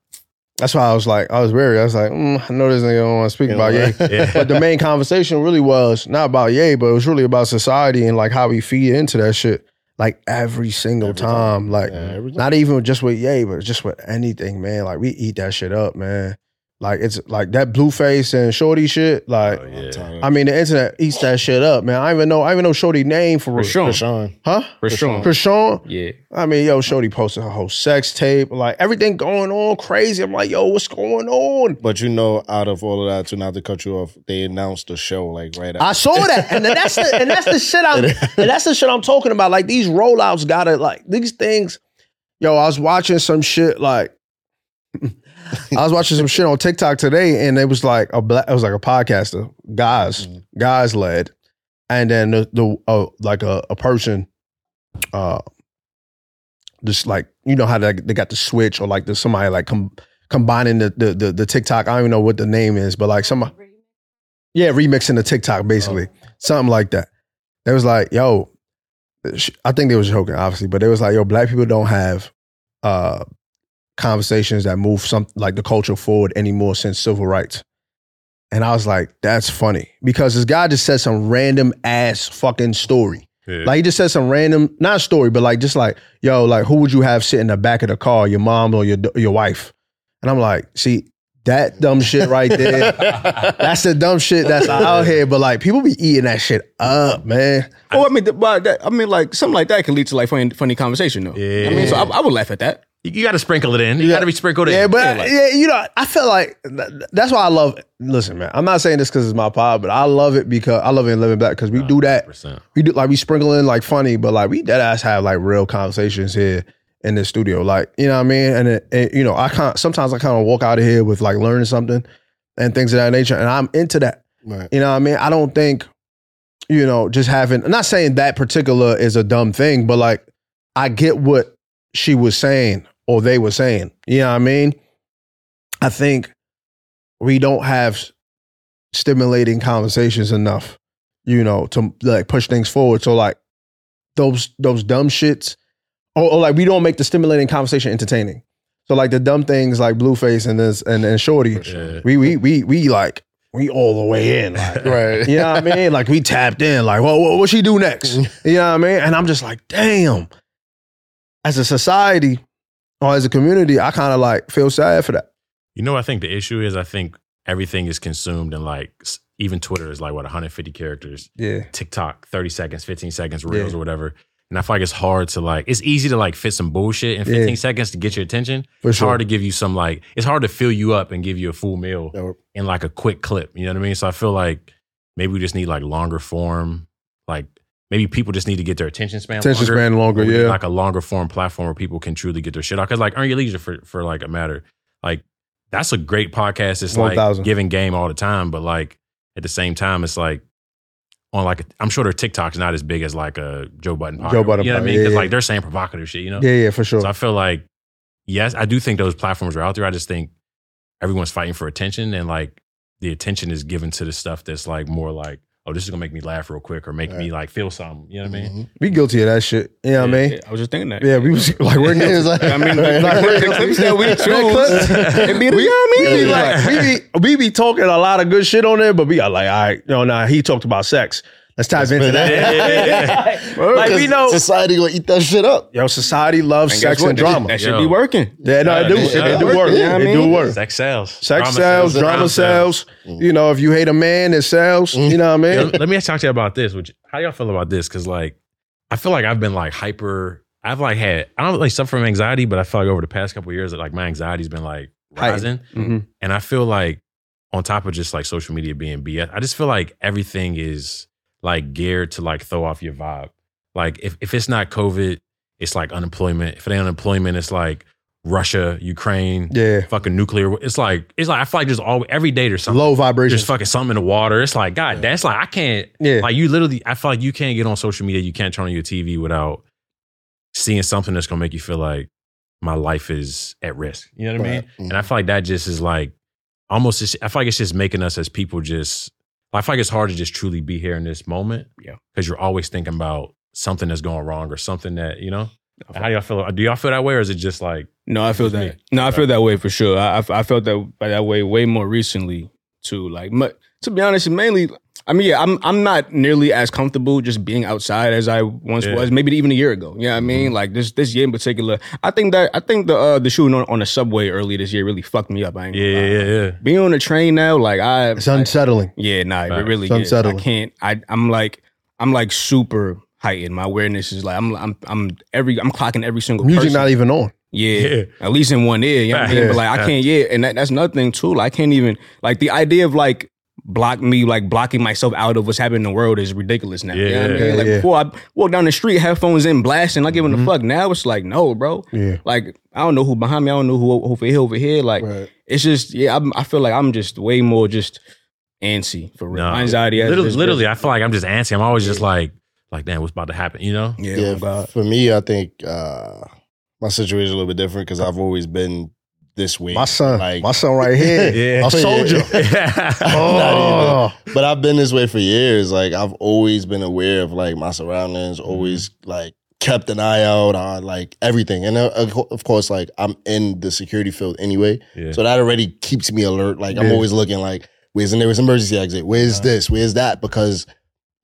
S1: That's why I was like, I was wary. I was like, mm, I know this nigga don't want to speak about (laughs) Ye.
S3: Yeah.
S4: (laughs)
S1: But the main conversation really was not about Ye, but it was really about society and like how we feed into that shit. Like every single
S4: Every
S1: time,
S4: time.
S1: like
S4: Yeah, every time.
S1: not even just with Ye, but just with anything, man. Like we eat that shit up, man. Like it's like that Blueface and Shorty shit. Like
S3: Oh, yeah.
S1: I mean, the internet eats that shit up, man. I even know, I even know Shorty name for real.
S2: Krishan.
S4: Krishan.
S1: Huh?
S2: Krishan.
S1: Krishan?
S2: Yeah.
S1: I mean, yo, Shorty posted her whole sex tape, like everything going on crazy. I'm like, yo, what's going on?
S4: But you know, out of all of that, to not to cut you off, they announced the show like right after.
S1: I saw that, and that's the and that's the shit I'm and that's the shit I'm talking about. Like these rollouts, gotta like these things. Yo, I was watching some shit like. (laughs) I was watching some shit on TikTok today, and it was like a black. It was like a podcaster, guys,
S4: Mhm.
S1: guys led, and then the, the uh, like a, a person, uh, just like you know how they, they got the switch or like the somebody like com- combining the, the the the TikTok. I don't even know what the name is, but like somebody, yeah, remixing the TikTok basically, something like that. They was like, yo, sh- I think they was joking, obviously, but they was like, yo, black people don't have uh conversations that move some like the culture forward anymore since civil rights. And I was like, that's funny because this guy just said some random ass fucking story.
S3: Yeah.
S1: Like he just said some random, not story, but like just like, yo, like who would you have sit in the back of the car, your mom or your your wife? And I'm like, see that dumb shit right
S3: (laughs)
S1: there. That's the dumb shit that's out here, but like people be eating that shit up, man.
S2: oh, I mean, the- but that, I mean, like something like that can lead to like funny, funny conversation though. I
S3: Yeah.
S2: mean, so I, I would laugh at that.
S3: you, got to sprinkle it in. You,
S1: Yeah.
S3: got to be sprinkled in.
S1: Yeah, but
S3: like,
S1: yeah, you know, I feel like th- that's why I love. Listen, man, I'm not saying this because it's my pod, but I love it because I love it in living black because we do that.
S3: 100%.
S1: We do like we sprinkle in like funny, but like we dead ass have like real conversations here in the studio. Like, you know what I mean? And, it, it- you know, I can't, sometimes I kind of walk out of here with like learning something and things of that nature. And I'm into that.
S4: Right.
S1: You know what I mean? I don't think, you know, just having, I'm not saying that particular is a dumb thing, but like, I get what she was saying or they were saying. You know what I mean? I think we don't have s- stimulating conversations enough, you know, to like push things forward. So like those those dumb shits, or, or like we don't make the stimulating conversation entertaining. So like the dumb things like Blueface and this and, and Shorty,
S3: Yeah.
S1: we we we we like we all the way in. Like,
S4: Right.
S1: you know what I mean? Like we tapped in, like, well, what, what she do next? You know what I mean? And I'm just like, damn. As a society or as a community, I kind of like feel sad for that.
S3: You know, I think the issue is I think everything is consumed in like s- even Twitter is like what 150 characters,
S1: Yeah.
S3: TikTok 30 seconds, 15 seconds
S1: Yeah.
S3: reels or whatever. And I feel like it's hard to like it's easy to like fit some bullshit in 15
S1: Yeah.
S3: seconds to get your attention.
S1: For
S3: It's
S1: sure.
S3: hard to give you some like it's hard to fill you up and give you a full meal
S4: Or-
S3: in like a quick clip. You know what I mean? So I feel like maybe we just need like longer form, like maybe people just need to get their attention span
S1: Attention
S3: longer
S1: span
S3: or
S1: longer,
S3: we need,
S1: yeah.
S3: like a longer form platform where people can truly get their shit out. Because like earn your leisure for for like a matter, like that's a great podcast. It's like
S1: 1000.
S3: giving game all the time, but like at the same time, it's like on like a, I'm sure their TikTok's not as big as like a Joe Button. Podcast,
S1: Joe Budden
S3: you know what I
S1: podcast,
S3: mean?
S1: yeah,
S3: Because
S1: yeah.
S3: like they're saying provocative shit, you know.
S1: yeah, yeah, for sure.
S3: So I feel like, yes, I do think those platforms are out there. I just think everyone's fighting for attention and like the attention is given to the stuff that's like more like, oh, this is gonna make me laugh real quick or make me like feel something. You know what I mean?
S4: Mhm.
S1: we guilty of that shit. You know what I mean?
S2: I was just thinking that.
S1: Yeah, we was (laughs) like we're
S4: It
S1: niggas.
S4: was like-
S2: I mean, the-
S4: Right.
S2: the- the clips that we choose, it be the-
S1: We-
S2: you know what I mean?
S1: we be
S2: Like-
S1: like- we be we be talking a lot of good shit on there, but we are like, all right, no, nah, he talked about sex. Let's dive (laughs) into
S4: put
S1: that.
S3: it- Yeah, yeah,
S1: Like we
S4: Because
S1: know,
S4: society gonna eat that shit up.
S1: yo, society loves
S2: And guess
S1: sex
S2: what?
S1: and
S2: That shit-
S1: drama.
S2: That should
S3: Yo.
S2: be working.
S1: Yeah, no, it do,
S3: Yeah,
S1: it
S3: yeah.
S1: do work.
S4: You know
S2: what I
S1: It do
S2: mean?
S1: work.
S3: Sex sells.
S1: Sex sells, drama sells. You know, if you hate a man, it sells. You know what I
S3: Yo,
S1: mean?
S3: let me talk to you about this. Which how y'all feel about this? Because like, I feel like I've been like hyper. I've like had I don't like suffer from anxiety, but I feel like over the past couple of years, like my anxiety's been like
S1: Heightened.
S3: rising,
S1: Mhm.
S3: and I feel like on top of just like social media being BS, I just feel like everything is like geared to like throw off your vibe. Like if if it's not COVID, it's like unemployment. If it ain't unemployment, it's like Russia, Ukraine,
S1: Yeah.
S3: fucking nuclear. It's like it's like I feel like there's all every day there's something.
S1: Low
S3: There's
S1: vibrations.
S3: fucking something in the water. It's like, God,
S4: Yeah.
S3: that's like I can't
S1: Yeah.
S3: like you literally, I feel like you can't get on social media, you can't turn on your TV without seeing something that's gonna make you feel like my life is at risk. You know what I mean? And I feel like that just is like almost. Just, I feel like it's just making us as people just. I feel like it's hard to just truly be here in this moment.
S2: Yeah.
S3: because you're always thinking about something that's going wrong or something that you know. How do y'all feel? Do y'all feel that way, or is it just like
S2: No, I feel
S3: Just
S2: that.
S3: me.
S2: No, I feel that way for sure. I, I, I felt that that way way more recently too. Like, mu to be honest, mainly. I mean, yeah, I'm I'm not nearly as comfortable just being outside as I once
S3: Yeah. Mm-hmm.
S2: was. Maybe even a year ago. You know what I mean? Like this this year in particular, I think that I think the uh, the shooting on, on the subway early this year really fucked me up. I ain't
S3: yeah,
S2: gonna lie.
S3: yeah, yeah,
S2: Being on the train now, like I,
S1: It's unsettling.
S2: yeah, nah, it
S3: Facts.
S2: really
S1: It's
S2: is. I
S1: unsettling.
S2: can't. I I'm like I'm like super heightened. My awareness is like I'm I'm I'm every I'm clocking every single
S1: Music
S2: person.
S1: not e- even on.
S2: Yeah,
S3: Yeah.
S2: at least in one ear. You know what I mean?
S3: Yeah.
S2: But like, I can't. Yeah, and that, that's another thing too. Like, I can't even like the idea of like block me, like blocking myself out of what's happening in the world is ridiculous now. You know what I
S3: Yeah.
S2: mean? Like
S1: Yeah.
S2: before, I walk down the street, headphones in, blasting, not giving
S1: Mhm.
S2: a fuck. Now it's like, no, bro.
S1: Yeah.
S2: Like, I don't know who behind me. I don't know who over here, over here. Like,
S4: Right.
S2: it's just yeah. I'm, I feel like I'm just way more just antsy for real.
S3: No.
S2: My anxiety, has
S3: Literally,
S2: just-
S3: literally, I feel like I'm just antsy. I'm always just like, like, damn, what's about to happen? You know?
S2: yeah,
S4: Yeah,
S1: (laughs)
S2: oh God.
S4: for me, I think uh, my situation is a little bit different because I've always been this way.
S1: My son.
S4: like,
S1: my son right here.
S3: (laughs) Yeah.
S1: A soldier.
S4: Not
S1: Oh.
S4: even. But I've been this way for years. Like I've always been aware of like my surroundings. Always like kept an eye out on like everything. And uh, of co- of course, like I'm in the security field anyway,
S3: Yeah.
S4: so that already keeps me alert. Like I'm
S1: Yeah.
S4: always looking like where's the nearest emergency exit? Where's this? Where's that? Because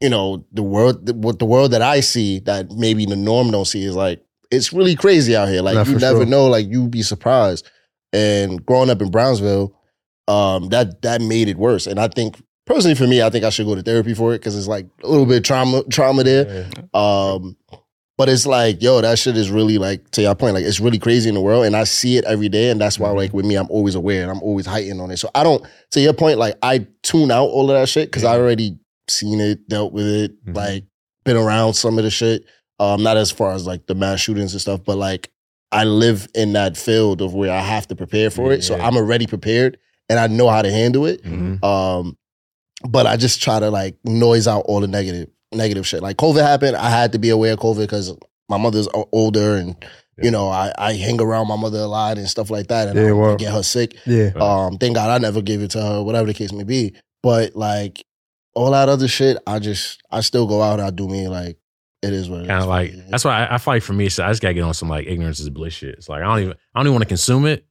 S4: you know the world, the, what the world that I see that maybe the norm don't see is like it's really crazy out here. Like
S1: Nah,
S4: you
S1: for
S4: never
S1: sure.
S4: know. Like you be surprised. And growing up in Brownsville, um, that that made it worse. And I think personally for me, I think I should go to therapy for it because it's like a little bit of trauma trauma there. Um, but it's like, yo, that shit is really like to your point, like it's really crazy in the world, and I see it every day, and that's why like with me, I'm always aware and I'm always heightened on it. So I don't to your point, like I tune out all of that shit because I already seen it, dealt with it,
S3: Mhm.
S4: like been around some of the shit. Um, not as far as like the mass shootings and stuff, but like I live in that field of where I have to prepare for it. So
S3: Yeah.
S4: I'm already prepared and I know how to handle it.
S3: Mm-hmm.
S4: Um, but I just try to like noise out all the negative negative shit. Like COVID happened, I had to be aware of COVID because my mother's o- older and you know I, I hang around my mother a lot and stuff like that, and I
S1: Yeah,
S4: don't
S1: well-
S4: get her sick.
S1: Yeah.
S4: Um, thank God I never gave it to her, whatever the case may be. But like all that other shit, I just I still go out. and I do me like it is what it is.
S3: Kind of like that's why I, I feel like for me, so I just gotta get on some like ignorance is bliss shit. It's like I don't even I don't even want to consume it,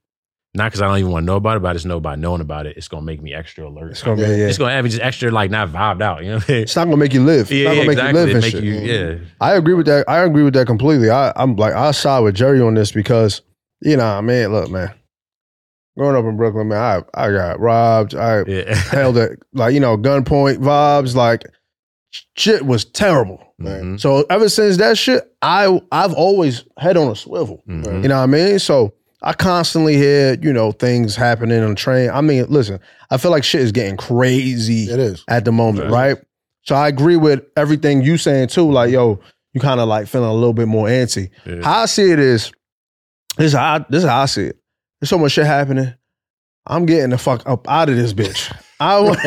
S3: not because I don't even want to know about it, but I just know by knowing about it, it's gonna make me extra alert.
S1: It's gonna be yeah.
S3: It's gonna have me just extra like not vibed out. You know what I mean?
S1: It's not gonna make you live. It's
S3: (laughs) Yeah,
S1: not
S3: yeah
S1: gonna make
S3: exactly.
S1: you live
S3: It
S1: and
S3: make
S1: shit.
S3: you yeah.
S1: I agree with that. I agree with that completely. I, I'm like I side with Jerry on this because you know, man, look, man, growing up in Brooklyn, man, I I got robbed. I (laughs)
S3: Yeah.
S1: held it like you know gunpoint vibes. Like shit was terrible.
S3: (laughs) Mhm.
S1: So ever since that shit, I I've always head on a swivel.
S3: Mhm.
S1: You know what I mean? So I constantly hear you know things happening on the train. I mean, listen, I feel like shit is getting crazy
S4: it is. (laughs)
S1: at the moment,
S3: Yeah.
S1: right? So I agree with everything you saying too. Like, yo, you kind of like feeling a little bit more antsy.
S3: Yeah.
S1: How I see it is, this is how I, this is how I see it. There's so much shit happening. I'm getting the fuck up out of this
S3: (laughs)
S1: bitch. I want,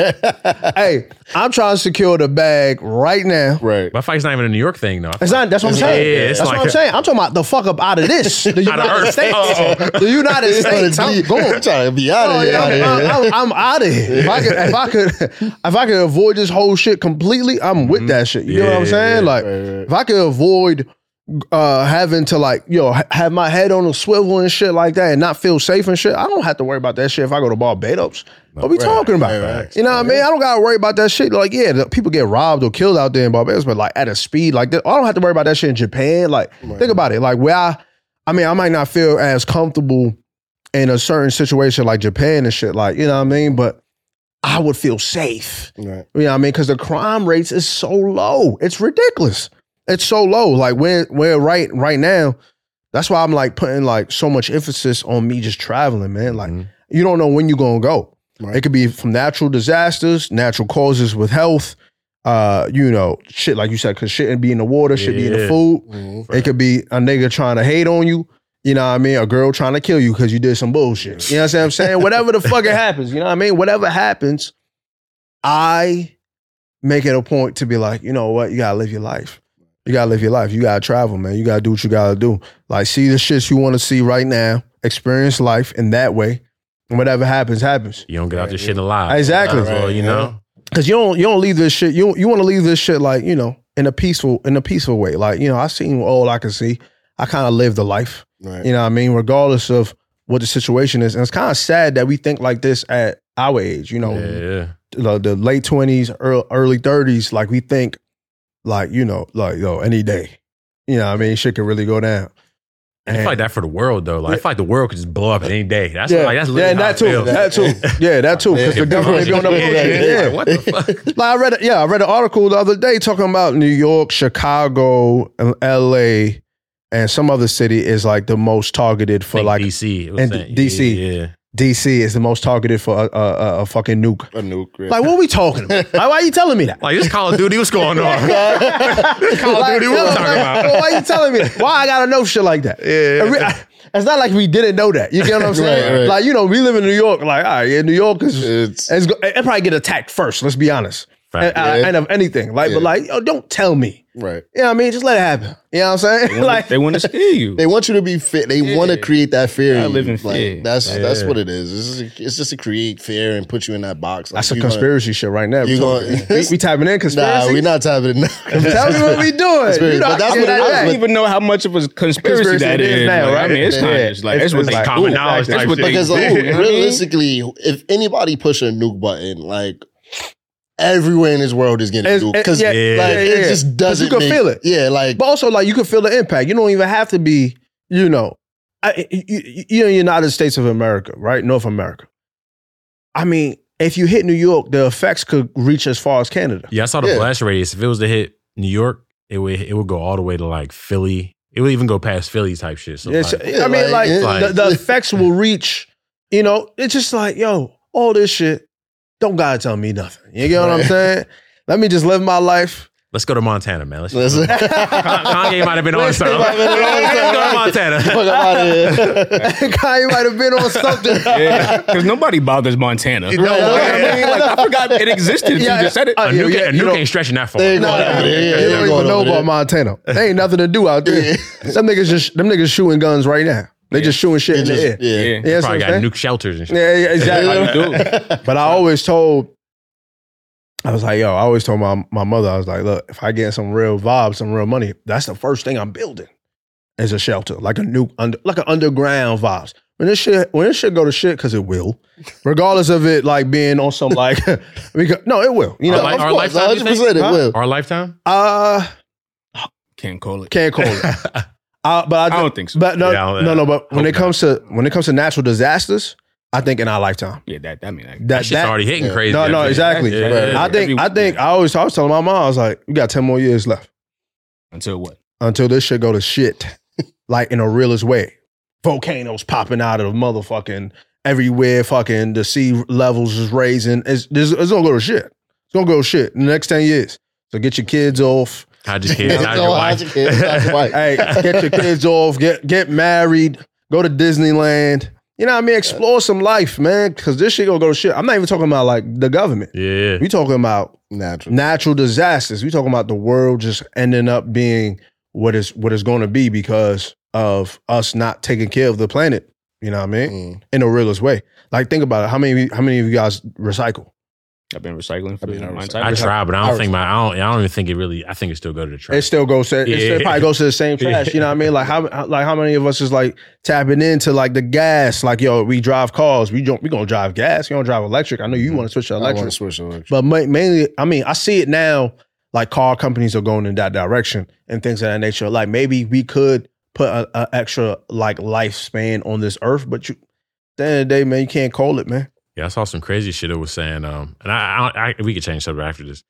S1: hey, I'm trying to secure the bag right now.
S4: right.
S3: But I feel like it's not even a New York thing, though. I feel
S1: It's not. That's what I'm
S4: Yeah,
S1: saying.
S4: yeah, it's
S1: that's
S3: like
S1: what I'm
S3: a-
S1: saying. I'm talking about the fuck up out of
S3: (laughs)
S1: this. The
S3: Out of
S1: United
S3: Earth. Oh.
S1: States.
S3: Uh-oh.
S1: The
S3: (laughs)
S1: United States. I'm
S4: I'm
S1: going.
S4: trying to be out of
S1: Oh,
S4: here.
S1: yeah,
S4: outta
S1: I'm,
S4: here.
S1: I'm, I'm out of here. If I could, if I could, if I could avoid this whole shit completely, I'm with
S3: Mhm.
S1: that shit. You know what I'm
S3: Yeah,
S1: saying?
S3: yeah,
S1: like,
S4: Mm-hmm. Right, right.
S1: if I could avoid uh, having to like, yo, ha- have my head on a swivel and shit like that, and not feel safe and shit, I don't have to worry about that shit if I go to Barbados. What we
S4: Right,
S1: talking about?
S4: right, right.
S1: You know what I mean? I don't gotta worry about that shit. Like, yeah, the people get robbed or killed out there in Barbados, but like at a speed like that, I don't have to worry about that shit in Japan. Like, think about it. Like, where I, I mean, I might not feel as comfortable in a certain situation like Japan and shit. Like, you know what I mean? But I would feel safe.
S4: Right.
S1: You know what I mean? Because the crime rates is so low. It's ridiculous. It's so low. Like we're we're right right now. That's why I'm like putting like so much emphasis on me just traveling, man. Like
S3: Mhm.
S1: you don't know when you're gonna go.
S4: Right.
S1: It could be from natural disasters, natural causes with health. Uh, you know, shit like you said, cause shit be in the water, shit be in the
S3: Yeah.
S1: food.
S4: Mhm.
S1: It could be a nigga trying to hate on you. You know what I mean? A girl trying to kill you because you did some bullshit. You know what I'm saying? Whatever the fuck it happens, you know what I mean? Whatever happens, I make it a point to be like, you know what? You gotta live your life. You gotta live your life. You gotta travel, man. You gotta do what you gotta do. Like, see the shits you wanna see right now, experience life in that way. And whatever happens, happens.
S3: You don't get out this shit alive.
S1: Exactly.
S3: Might as well, you
S4: Right,
S3: know.
S1: Cause you don't you don't leave this shit. You you want to leave this shit like you know in a peaceful in a peaceful way. Like you know I seen all I could see. I kind of lived the life.
S4: Right.
S1: You know what I mean. Regardless of what the situation is, and it's kind of sad that we think like this at our age. You know,
S3: Yeah.
S1: the, the late twenties, early thirties. Like we think, like you know, like yo, any day. You know what I mean. Shit could really go down.
S3: I feel like that for the world though. Like I feel like the world could just blow up at any day. That's
S1: yeah,
S3: like that's
S1: yeah,
S3: literally
S1: and
S3: how
S1: that
S3: it
S1: too,
S3: feels.
S1: that too,
S3: (laughs)
S1: yeah, that too. Because the
S3: If
S1: government be on the
S3: (laughs) yeah, yeah,
S1: yeah.
S3: Like, what the fuck?
S1: Like I read, yeah, I read an article the other day talking about New York, Chicago, and L.A. and some other city is like the most targeted for
S3: Think
S1: like
S3: DC it was
S1: and
S3: saying-
S1: DC.
S3: Yeah, yeah.
S1: D.C. is the most targeted for a, a, a- a fucking nuke.
S4: (laughs) A nuke. right. (laughs)
S1: Like, what we talking about? Like, why are you telling me that?
S3: Like this Call of Duty,
S1: (laughs)
S3: what's going on? (laughs) Call of Duty, what we
S1: like,
S3: talking about?
S1: Why you telling me? that? Why I gotta know shit like that?
S3: Yeah.
S1: And we- it's not like we didn't know that. You get what I'm saying?
S4: Right, right.
S1: Like, you know, we live in New York. Like, all right, yeah, New York is
S4: It's
S1: it's go- it probably get attacked first. Let's be honest, and,
S3: Fact.
S1: uh,
S4: Yeah.
S1: and of anything. Like, but
S4: Yeah.
S1: like, yo, don't tell me.
S4: right.
S1: You know what I mean? Just let it happen. You know what I'm saying? (laughs) like,
S2: they want to
S1: (laughs)
S2: scare you.
S4: They want you to be fit. They want to create that fear.
S2: I
S4: in
S2: live
S4: you.
S2: in
S4: like,
S2: fear.
S4: That's that's
S3: Yeah.
S4: what it is. It's just, it's just to create fear and put you in that box. Like,
S1: that's a
S4: you gonna-
S1: conspiracy shit right now.
S4: you
S1: We're
S4: gonna-
S1: talking- (laughs) we, we tapping in conspiracy.
S4: nah, we're not tapping it.
S1: (laughs) Tell me what we doing.
S4: Conspiracy.
S1: You know,
S4: But that's
S1: I-
S4: what
S2: I
S4: it is.
S2: don't
S4: but-
S2: even know how much of a conspiracy,
S1: Conspiracy
S2: that
S1: it is
S2: is.
S1: now,
S2: like,
S1: right?
S2: I mean, it's
S1: Yeah.
S2: not just like
S1: It's-
S2: that's what
S1: it's
S2: they
S1: like,
S3: common
S1: ooh,
S3: knowledge.
S1: that's
S3: type
S2: what
S3: shit.
S2: they-
S4: (laughs)
S1: (laughs)
S4: Because like,
S2: Yeah, I mean-
S4: realistically, if anybody push a nuke button, like everywhere in this world is getting
S1: It's-
S4: nuked.
S1: it-
S4: Because
S1: yeah,
S4: like,
S3: yeah,
S1: yeah.
S4: it just
S1: 'Cause
S4: doesn't.
S1: you can
S4: make-
S1: feel it.
S4: Yeah, like (laughs)
S1: But also, like, you can feel the impact. You don't even have to be, you know, I, you, you're in the United States of America, right? North America. I mean, if you hit New York, the effects could reach as far as Canada.
S3: Yeah, I saw the
S4: Yeah.
S3: blast radius. If it was to hit New York, it would it would go all the way to like Philly. It would even go past Philly type shit. So
S1: It's-
S3: like,
S1: I mean, like,
S4: like,
S3: like-
S1: the, the effects will reach, you know, it's just like, yo, all this shit, don't gotta tell me nothing. You get what I'm
S4: Right.
S1: saying? Let me just live my life. (laughs)
S3: Let's go to Montana, man. Let's,
S4: (laughs)
S3: (laughs)
S4: Listen.
S3: Kanye might have been on
S4: Listen,
S3: something.
S4: might have been on
S3: (laughs) Let's go to
S4: Fuck
S1: (laughs)
S3: Montana.
S4: outta here. (laughs)
S1: Kanye might have been on something.
S2: (laughs) Yeah, because nobody bothers Montana.
S1: know what?
S2: I (laughs) mean?
S1: (laughs)
S2: Like, I forgot it existed. until
S1: Yeah,
S2: you just said it.
S1: uh,
S3: A nuke,
S1: yeah,
S3: a
S1: you
S3: nuke
S1: don't-
S3: ain't stretching that far.
S4: They ain't
S1: No,
S4: going over there.
S1: you
S4: Yeah,
S1: don't
S4: they
S1: even
S4: going
S1: know
S4: over
S1: about
S4: there.
S1: Montana. There ain't nothing to do out there. Some niggas just them niggas shooting guns right now. They just shooting shit in the air.
S4: Yeah.
S2: yeah.
S1: Yeah, that's
S3: Probably
S1: what
S3: got
S1: I'm saying.
S3: nuke shelters and shit.
S1: Yeah, yeah,
S4: (laughs)
S1: exactly.
S2: Dude.
S1: but I always told, I was like, yo, I always told my my mother, I was like, look, if I get some real vibes, some real money, that's the first thing I'm building is a shelter, like a nuke, under, like an underground vibes. When this shit, when this shit go to shit, because it will, regardless of it like being on some like, (laughs) because, no, it will. You
S4: You
S1: know,
S4: know,
S3: Our li-
S4: of
S3: our lifetime,
S4: course,
S3: you
S4: 100%
S3: think?
S4: it
S1: Huh?
S4: will.
S3: Our lifetime?
S1: uh,
S2: Can't call it.
S1: can't call
S3: (laughs)
S1: it. uh, but I,
S2: I don't think so.
S1: But no,
S3: Oh. Yeah, I don't-
S1: no, no. But when
S3: hope
S1: it comes to when it comes to natural disasters, I think in our lifetime
S2: yeah, that. I mean, I,
S1: that
S3: That shit's already hitting
S4: yeah.
S3: crazy.
S1: No, no,
S3: Yeah.
S1: exactly.
S3: Yeah, yeah, yeah.
S1: I think I think I always I was telling my mom I was like, you got ten more years left
S2: until what?
S1: until this shit go to shit, (laughs) like in the realest way. Volcanoes popping out of motherfucking everywhere. Fucking the sea levels is raising. It's, this, it's gonna go to shit. It's gonna go to shit in the next ten years. So get your kids off.
S3: Hide your
S4: (laughs)
S3: kids, hide
S4: Go
S3: your
S4: hide
S3: wife.
S4: your kids, hide your wife.
S1: Hey, get your kids off. Get get married. Go to Disneyland. You know what I mean? Explore some life, man. Because this shit gonna go to shit. I'm not even talking about like the government.
S3: (laughs) Yeah.
S1: We talking about
S4: Natural.
S1: natural disasters. We talking about the world just ending up being what is what it's going to be because of us not taking care of the planet. You know what I mean?
S4: Mm.
S1: In the realest way. Like think about it. How many how many of you guys recycle?
S2: I've been recycling for
S4: I mean, I
S2: my
S4: recycle.
S2: entire
S3: I try, but I
S4: I
S3: don't think my I don't, I don't even think it really. I think it still go to the trash.
S1: It still goes to it still
S3: Yeah.
S1: probably goes to the
S3: (laughs)
S1: same trash. You know what I mean? Like how how- like how many of us is like tapping into like the gas? Like yo, we drive cars. We don't we gonna drive gas. We don't drive electric. I know you
S3: Mm-hmm.
S1: want to switch to
S4: I want
S1: electric.
S4: to switch to electric.
S1: But ma- mainly, I mean, I see it now. Like car companies are going in that direction and things of that nature. Like maybe we could put a, a extra like lifespan on this earth, but you, at the end of the day, man, you can't call it, man.
S3: Yeah, I saw some crazy shit. It was saying, um, and I, I, I we could change subject after this,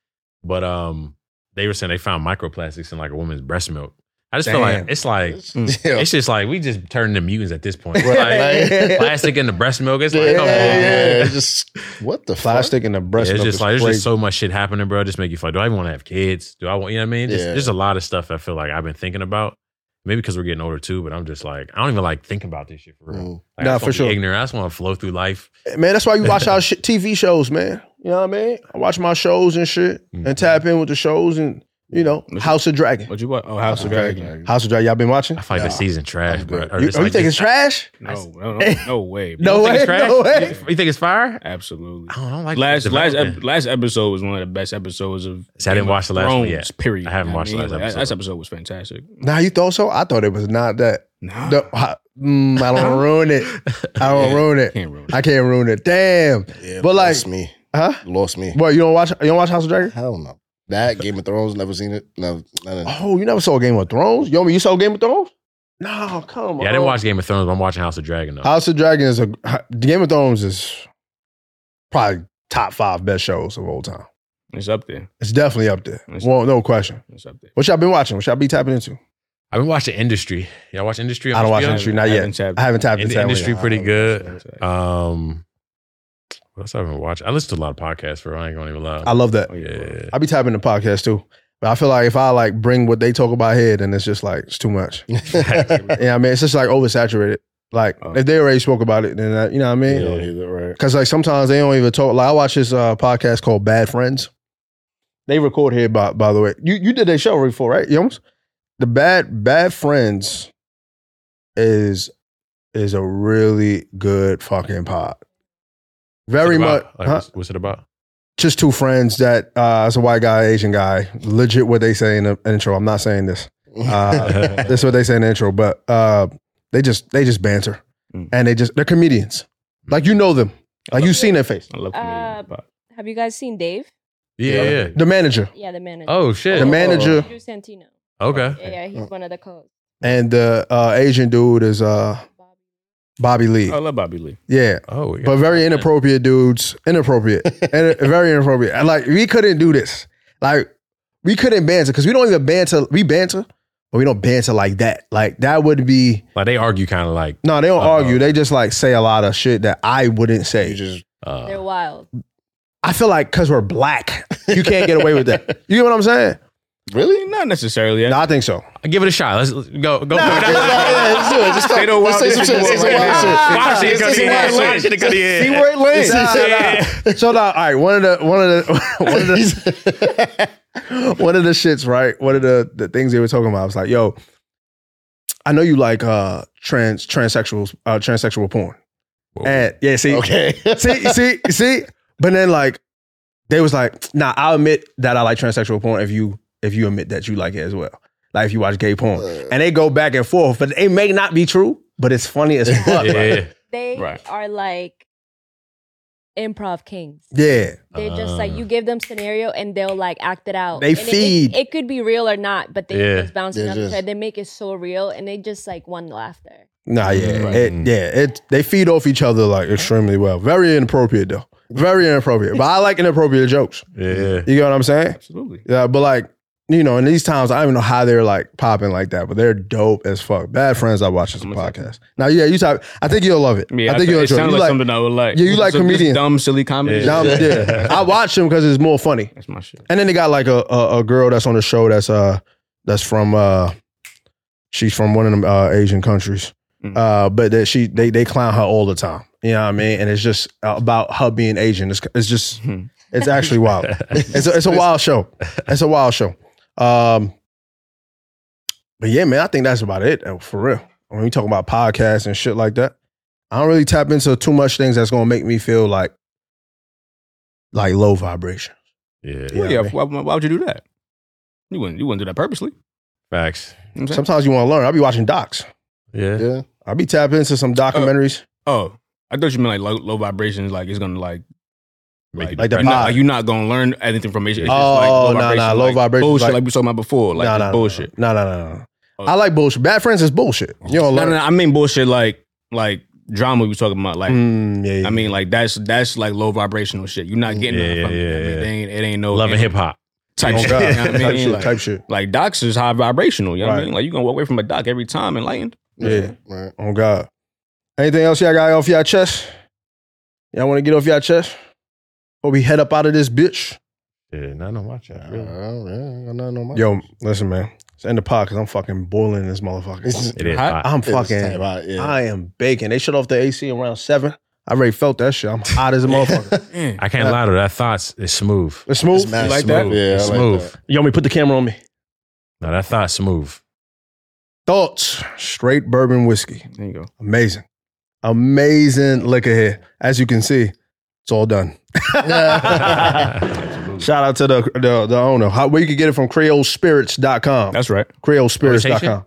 S3: but um, they were saying they found microplastics in like a woman's breast milk. I just feel
S1: Damn.
S3: like it's like
S4: Yeah.
S3: it's just like we just turned to mutants at this
S1: (laughs)
S3: point.
S4: (laughs) Right.
S3: Like,
S1: Like,
S3: plastic in the breast milk. It's like
S4: yeah,
S3: come on.
S4: yeah, (laughs)
S3: man.
S4: it's just what the
S1: Plastic in the breast.
S3: Yeah, it's
S1: milk
S3: just
S1: is
S3: like there's
S1: crazy.
S3: just so much shit happening, bro. Just make you feel like, do I even want to have kids? Do I want you know what I mean? Just,
S4: Yeah.
S3: There's a lot of stuff I feel like I've been thinking about. Maybe because we're getting older too, but I'm just like I don't even like thinking about this shit for
S4: Fuck?
S3: real.
S4: Mm.
S1: Nah,
S3: Like, I just wanna
S1: for
S3: be
S1: sure.
S3: Ignorant. I just want to flow through life.
S1: man. That's why you
S3: (laughs)
S1: watch our shit, TV shows, man. You know what I mean? I watch my shows and shit
S3: Mhm.
S1: and tap in with the shows and you know
S2: Listen.
S1: House of Dragon.
S2: What you what? Oh, House of Dragon.
S1: House of Dragon. Y'all been watching?
S3: I feel like the
S4: Nah,
S3: season trash,
S4: I'm
S3: bro.
S4: good.
S3: Or
S1: You,
S3: it's
S1: oh, you
S3: like
S1: think it's
S3: just-
S1: trash?
S2: No, no, no,
S1: (laughs)
S2: no way. bro.
S1: No
S3: You think it's
S1: way,
S3: trash?
S1: no way.
S3: You think it's fire?
S2: Absolutely.
S3: I don't, know, I don't like
S2: Last
S3: the
S2: last
S3: development.
S2: ep- last episode was one of the best episodes of.
S3: See, I didn't
S2: Game of
S3: watch the last one
S2: Thrones,
S3: yet.
S2: Period.
S3: I haven't watched the
S2: mean,
S3: last
S2: like,
S3: episode.
S2: That last episode was fantastic.
S1: Nah, you thought so? I thought it was not that.
S2: Nah,
S1: The, I, mm, I
S3: (laughs)
S1: don't ruin it. I don't
S2: Yeah.
S1: ruin it.
S2: can't ruin it.
S1: I can't ruin it. Damn.
S4: Yeah,
S1: But,
S4: lost
S1: like-
S4: me,
S1: Huh?
S4: lost me.
S1: What you don't watch? You don't watch House of Dragon?
S4: Hell no. That Game of Thrones, never seen it. No, none of that.
S1: Oh, you never saw Game of Thrones? Yo, you saw Game of Thrones? No, come on.
S3: yeah, I didn't watch Game of Thrones. But I'm watching House of Dragon though.
S1: House of Dragon is a Game of Thrones is probably top five best shows of all time.
S2: It's up there.
S1: It's definitely up there.
S2: That's-
S1: Well, no question.
S2: It's up there.
S1: What y'all been watching? What y'all be tapping into?
S3: I've been watching Industry. Y'all watch Industry? on
S1: I don't watch
S3: HBO?
S1: Industry, not yet.
S2: tapped-
S1: I haven't tapped
S3: In-
S1: into that
S3: Industry
S1: one.
S4: one.
S3: pretty good.
S2: That's right.
S3: Um, what else I've been watching? I listen to a lot of podcasts, bro. I ain't gonna even lie.
S1: I love that.
S2: Oh, yeah.
S3: yeah,
S1: I be tapping the podcast too. But I feel like if I like bring what they talk about here, then it's just like it's too much.
S4: (laughs)
S2: Uh, (laughs)
S4: Facts.
S1: Yeah, I mean, it's just like oversaturated. Like
S2: Oh.
S1: if they already spoke about it, then uh, you know what I mean.
S4: You don't either, right?
S1: Cause like sometimes they don't even talk. Like I watch this uh, podcast called Bad Friends. They record here by by the way. You you did a show before, right? Yums? The bad bad friends is is a really good fucking pod. Very
S3: What's it
S1: much
S3: about? Like,
S1: huh?
S3: what's, what's it about?
S1: just two friends that uh it's a white guy, Asian guy. Legit what they say in the intro. I'm not saying
S3: (laughs)
S1: this. Uh, That's what they say in the intro, but uh they just they just banter.
S2: Mm.
S1: And they just they're comedians. Like you know them. Like you've seen their (laughs) face.
S2: I love
S5: Uh,
S2: comedians. but
S5: Have you guys seen Dave?
S3: Yeah, yeah.
S1: The manager.
S5: Yeah, the manager.
S3: Oh shit.
S1: The manager Oh.
S5: Andrew Santino.
S3: Okay.
S5: Yeah, yeah, he's one of the co.
S1: and the uh, Asian dude is uh, Bobby Lee.
S2: I love Bobby Lee.
S1: Yeah.
S3: Oh, yeah.
S1: But very inappropriate dudes. Inappropriate. and (laughs) very inappropriate. And like we couldn't do this. Like we couldn't banter because we don't even banter. We banter, but we don't banter like that. Like that would be
S3: Like they argue, kind of like.
S1: no. They don't
S3: Uh-oh.
S1: argue. They just like say a lot of shit that I wouldn't
S4: (laughs) Uh-huh.
S1: say.
S4: You (laughs) just
S5: They're
S3: Uh,
S5: wild.
S4: (laughs)
S1: I feel like because we're black, you can't get away with that. You get what I'm saying?
S4: Really?
S2: Not necessarily.
S1: No, I think so.
S3: Give it a shot. Let's go. Go.
S4: (laughs) Nah, yeah, yeah, let's do it. Just go.
S2: They don't
S4: Let's
S2: want
S4: say some
S2: this shit
S4: shit. Say some
S2: going
S4: wild
S2: on.
S4: shit. (laughs)
S2: Wow,
S4: Say
S2: shit
S4: some
S2: cut the
S4: wild
S2: ass.
S4: shit.
S2: Shit
S3: cut the
S2: See where it lands.
S1: So now, all right, one of the one of the (laughs) one of the (laughs) one of the shits, right? One of the, the things they were talking about. I was like, yo, I know you like uh trans transsexuals, uh transsexual porn.
S3: Whoa.
S1: And yeah, see,
S4: okay.
S1: (laughs) see, see, see. But then like they was like, nah, I'll admit that I like transsexual porn if you if you admit that you like it as well. Like if you watch gay
S4: (laughs)
S1: porn. and they go back and forth, but it may not be true, but it's funny as fuck.
S3: Yeah,
S1: yeah.
S3: yeah.
S5: They
S2: Right.
S5: are like improv kings.
S1: yeah.
S5: They're just like
S3: Ah.
S5: you give them scenario and they'll like act it out.
S1: They
S5: And it- it-
S1: feed.
S5: It, could be real or not, but they
S3: Yeah.
S5: just bounce it
S4: They're
S5: up.
S4: just-
S5: to it. They make it so real and they just like one laughter.
S1: Nah, yeah,
S3: Right.
S1: it, yeah. It they feed off each other like extremely well. Very inappropriate though. Very inappropriate. But I like inappropriate jokes.
S3: Yeah.
S1: You get what I'm saying?
S2: Absolutely.
S1: Yeah, but like you know, in these times, I don't even know how they're like popping like that, but they're dope as fuck. Bad friends, I watch this
S2: I'm gonna
S1: podcast. Now, yeah, you type. I think you'll love it.
S2: Yeah,
S1: I think
S2: it
S1: you'll enjoy. it.
S2: sounds
S1: You
S2: like,
S1: like,
S2: something I would like.
S1: Yeah, you like
S2: Some- just
S1: comedian.
S2: Dumb, silly comedy.
S3: Yeah.
S1: Now,
S2: (laughs)
S1: yeah, (laughs) I watch them because it's more funny.
S2: That's my shit. (laughs)
S1: And then they got like a, a a girl that's on the show that's uh that's from uh she's from one of them uh, Asian countries.
S2: Mhm.
S1: Uh, but that she they they clown her all the time. You know what I mean? And it's just about her being Asian. It's it's just
S2: Mhm.
S1: it's actually wild. It's a, it's a wild show. It's a wild show. Um, but yeah, man, I think that's about it uh, for real. When we talk about podcasts and shit like that, I don't really tap into too much things that's gonna make me feel like like low vibration.
S3: yeah.
S1: Yeah,
S2: Yeah, yeah
S1: I mean-
S2: why, why why would you do that? You wouldn't. You wouldn't do that purposely.
S3: Facts.
S2: You know what I'm saying?
S1: Sometimes you want to learn. I'll be watching docs.
S3: Yeah.
S4: Yeah.
S1: I'll be tapping into
S2: Uh,
S1: some documentaries.
S2: Oh, I thought you meant like low, low vibrations. Like it's gonna like
S3: Make it
S1: Like the
S2: you're not,
S1: pod.
S2: like, you're not gonna learn anything from it. It's just, like,
S1: Oh,
S2: low
S1: nah, nah,
S2: vibrations,
S1: low
S2: like
S1: vibrations,
S2: Bullshit,
S1: like-
S2: like, we were talking about before. Like
S1: Nah,
S2: just
S1: nah, nah,
S2: bullshit.
S1: No, no, no, no.
S2: Oh.
S1: I like bullshit. Bad friends is bullshit. You don't
S2: No,
S1: learn.
S2: no, no, I mean bullshit. Like like drama we were talking about. Like
S1: Mm, yeah, yeah.
S2: I mean like that's that's like low vibrational shit. You're not getting
S3: Yeah,
S2: nothing from
S3: yeah,
S2: it. I mean,
S3: yeah.
S2: It ain't it ain't no
S3: Loving
S2: ain't
S3: hip hop.
S2: type
S1: Oh,
S2: shit.
S1: God.
S2: You know what I
S1: (laughs)
S2: mean?
S1: type shit.
S2: Like-
S1: type shit.
S2: Like docs is high vibrational. You know what
S1: Right.
S2: I mean? Like you gonna walk away from a doc every time enlightened.
S1: Yeah.
S4: Right.
S1: Oh God. Anything else y'all got off y'all chest? Y'all want to get off y'all chest? Or we head up out of this bitch?
S3: Yeah. Not on my chat.
S4: Yeah, I got nothing on my-
S1: Yo, listen, man. Let's end the pod because I'm fucking boiling this
S4: (laughs)
S1: motherfucker.
S3: It is
S2: Hot.
S3: hot.
S1: I'm
S4: It's time
S1: fucking.
S4: out, yeah.
S1: I am baking. They shut off the AC around seven. I already felt that shit. I'm hot
S4: (laughs)
S1: as a motherfucker.
S3: I can't lie to that. Thoughts is smooth.
S1: It's smooth.
S4: It's mad
S2: like
S4: smooth.
S2: that?
S4: Yeah, I
S3: It's
S4: like
S3: smooth.
S4: that.
S1: Yo, me put the camera on me.
S3: No, that thought smooth. (laughs)
S1: Thoughts. Straight bourbon whiskey.
S2: There you go.
S1: Amazing. Amazing liquor here. As you can see, it's all
S4: (laughs)
S1: done. (laughs) Shout out to the the, the owner. How, where you can get it from creolespirits.com.
S2: That's right.
S1: creolespirits.com.
S3: Rotation?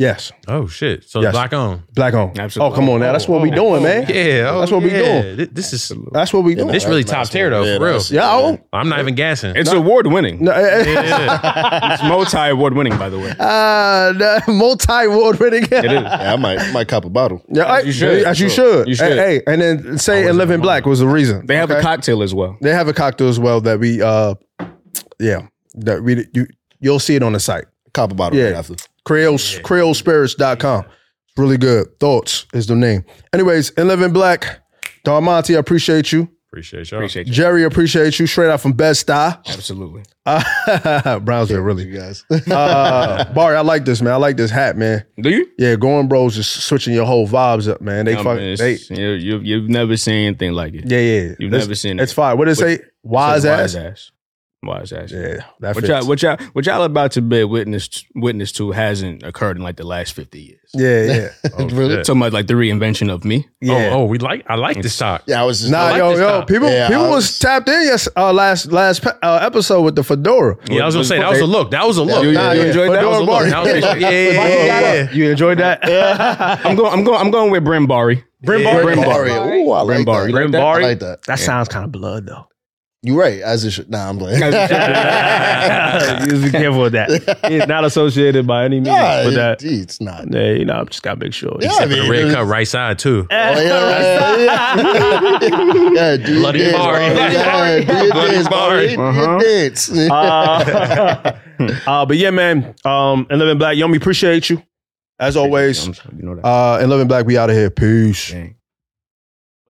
S1: Yes,
S3: oh shit! So
S1: Yes.
S3: black on.
S1: black on. Oh,
S2: Absolutely.
S1: come on now. That's what we
S2: Oh,
S1: doing,
S2: oh,
S1: man.
S3: Yeah,
S1: That's what we doing.
S3: Th- This is
S1: That's what we
S4: Yeah,
S1: doing.
S3: This really
S4: that's
S3: top
S4: nice
S3: tier,
S4: one.
S3: though, for real.
S4: that's-
S1: Yeah, (laughs) oh.
S3: I'm not even gassing.
S2: It's award winning.
S1: No, eh, eh. (laughs)
S3: yeah.
S2: It's multi award winning, by the way.
S1: Ah, the multi-award winning.
S2: It is.
S4: Yeah, I might might cop a bottle.
S1: (laughs) Yeah, I-
S2: As you should.
S1: As you should.
S2: You should.
S1: Hey, hey, and then say
S3: Always
S1: and live
S3: in
S1: in
S3: the
S1: black was the reason.
S2: They have
S1: Okay?
S2: a cocktail as well.
S1: They have a cocktail as well that we uh yeah, that we you you'll see it on the site.
S4: Cop a bottle
S1: Yeah.
S4: right after.
S1: Creoles, yeah. CreoleSpirits.com. It's really good. Thoughts is the name. Anyways, in Living Black, Don Monte, I appreciate you.
S3: Appreciate y'all.
S2: Appreciate you.
S1: Jerry, appreciate you. Straight out from Bed (laughs) Stuy.
S2: Absolutely.
S1: Uh, Brownsville, really.
S4: (laughs) You guys.
S1: Uh, Barry, I like this, man. I like this hat, man.
S2: Do you?
S1: Yeah, Going Bros is switching your whole vibes up, man. They
S2: I
S1: fucking,
S2: mean, it's-
S1: they,
S2: you, you, you've never seen anything like it.
S1: yeah, yeah.
S2: You've
S1: That's-
S2: never seen
S1: It's
S2: it.
S1: fine. What did it say? Wise ass?
S2: Says Wise ass. Wise ass.
S1: Yeah, that
S2: What
S1: fits.
S2: y'all, what, y'all, what y'all about to be witness, witness to hasn't occurred in like the last 50 years.
S1: yeah, yeah.
S3: Oh,
S4: Really?
S3: shit.
S2: So much like the reinvention of me.
S1: yeah.
S3: Oh, oh, we like. I like this talk.
S4: Yeah, I was just
S1: Nah,
S3: I like
S1: yo,
S3: this
S1: yo,
S3: style.
S1: people,
S4: Yeah,
S1: people
S4: I
S1: was,
S4: was-
S1: tapped in yes, uh, last last uh, episode with the fedora.
S3: Yeah, I was gonna say that was a look. That was a look.
S4: you-
S3: Nah,
S4: you
S2: enjoyed that?
S3: was a
S1: Fedora
S3: look.
S1: Barry.
S3: That was a look. (laughs) Yeah, yeah,
S1: Why you
S3: yeah,
S1: got
S3: yeah.
S1: up? You enjoyed that?
S2: I'm going, I'm going, I'm going with Brent Bari.
S3: Brim
S2: Yeah.
S3: Bar-
S2: Brim Bar-
S4: Bari. Ooh, I like
S2: Bari.
S4: that.
S2: Brim
S4: I
S2: Bari.
S4: like that.
S1: That sounds kind of blood (laughs) though.
S4: You're right. As it should. Nah, I'm playing.
S1: Just be careful with that. It's not associated by any means
S4: Nah,
S1: with that.
S4: gee, it's not.
S1: Yeah, you know, I just gotta make sure. (laughs) Uh,
S4: Yeah, I
S3: Except for
S4: mean,
S3: the red
S4: it's-
S3: cup right side too.
S4: Oh, yeah, yeah, yeah. do your
S3: Bloody
S4: dance,
S3: Bari.
S4: Bari. Yeah, do your
S3: Bloody
S4: dance, Bari. Do
S2: Uh-huh.
S4: your dance.
S1: (laughs) Uh, uh, but yeah, man. Um, and living black, Yomi, appreciate you as always.
S2: You know that.
S1: Uh, and living black, we out of here. Peace.
S2: Dang.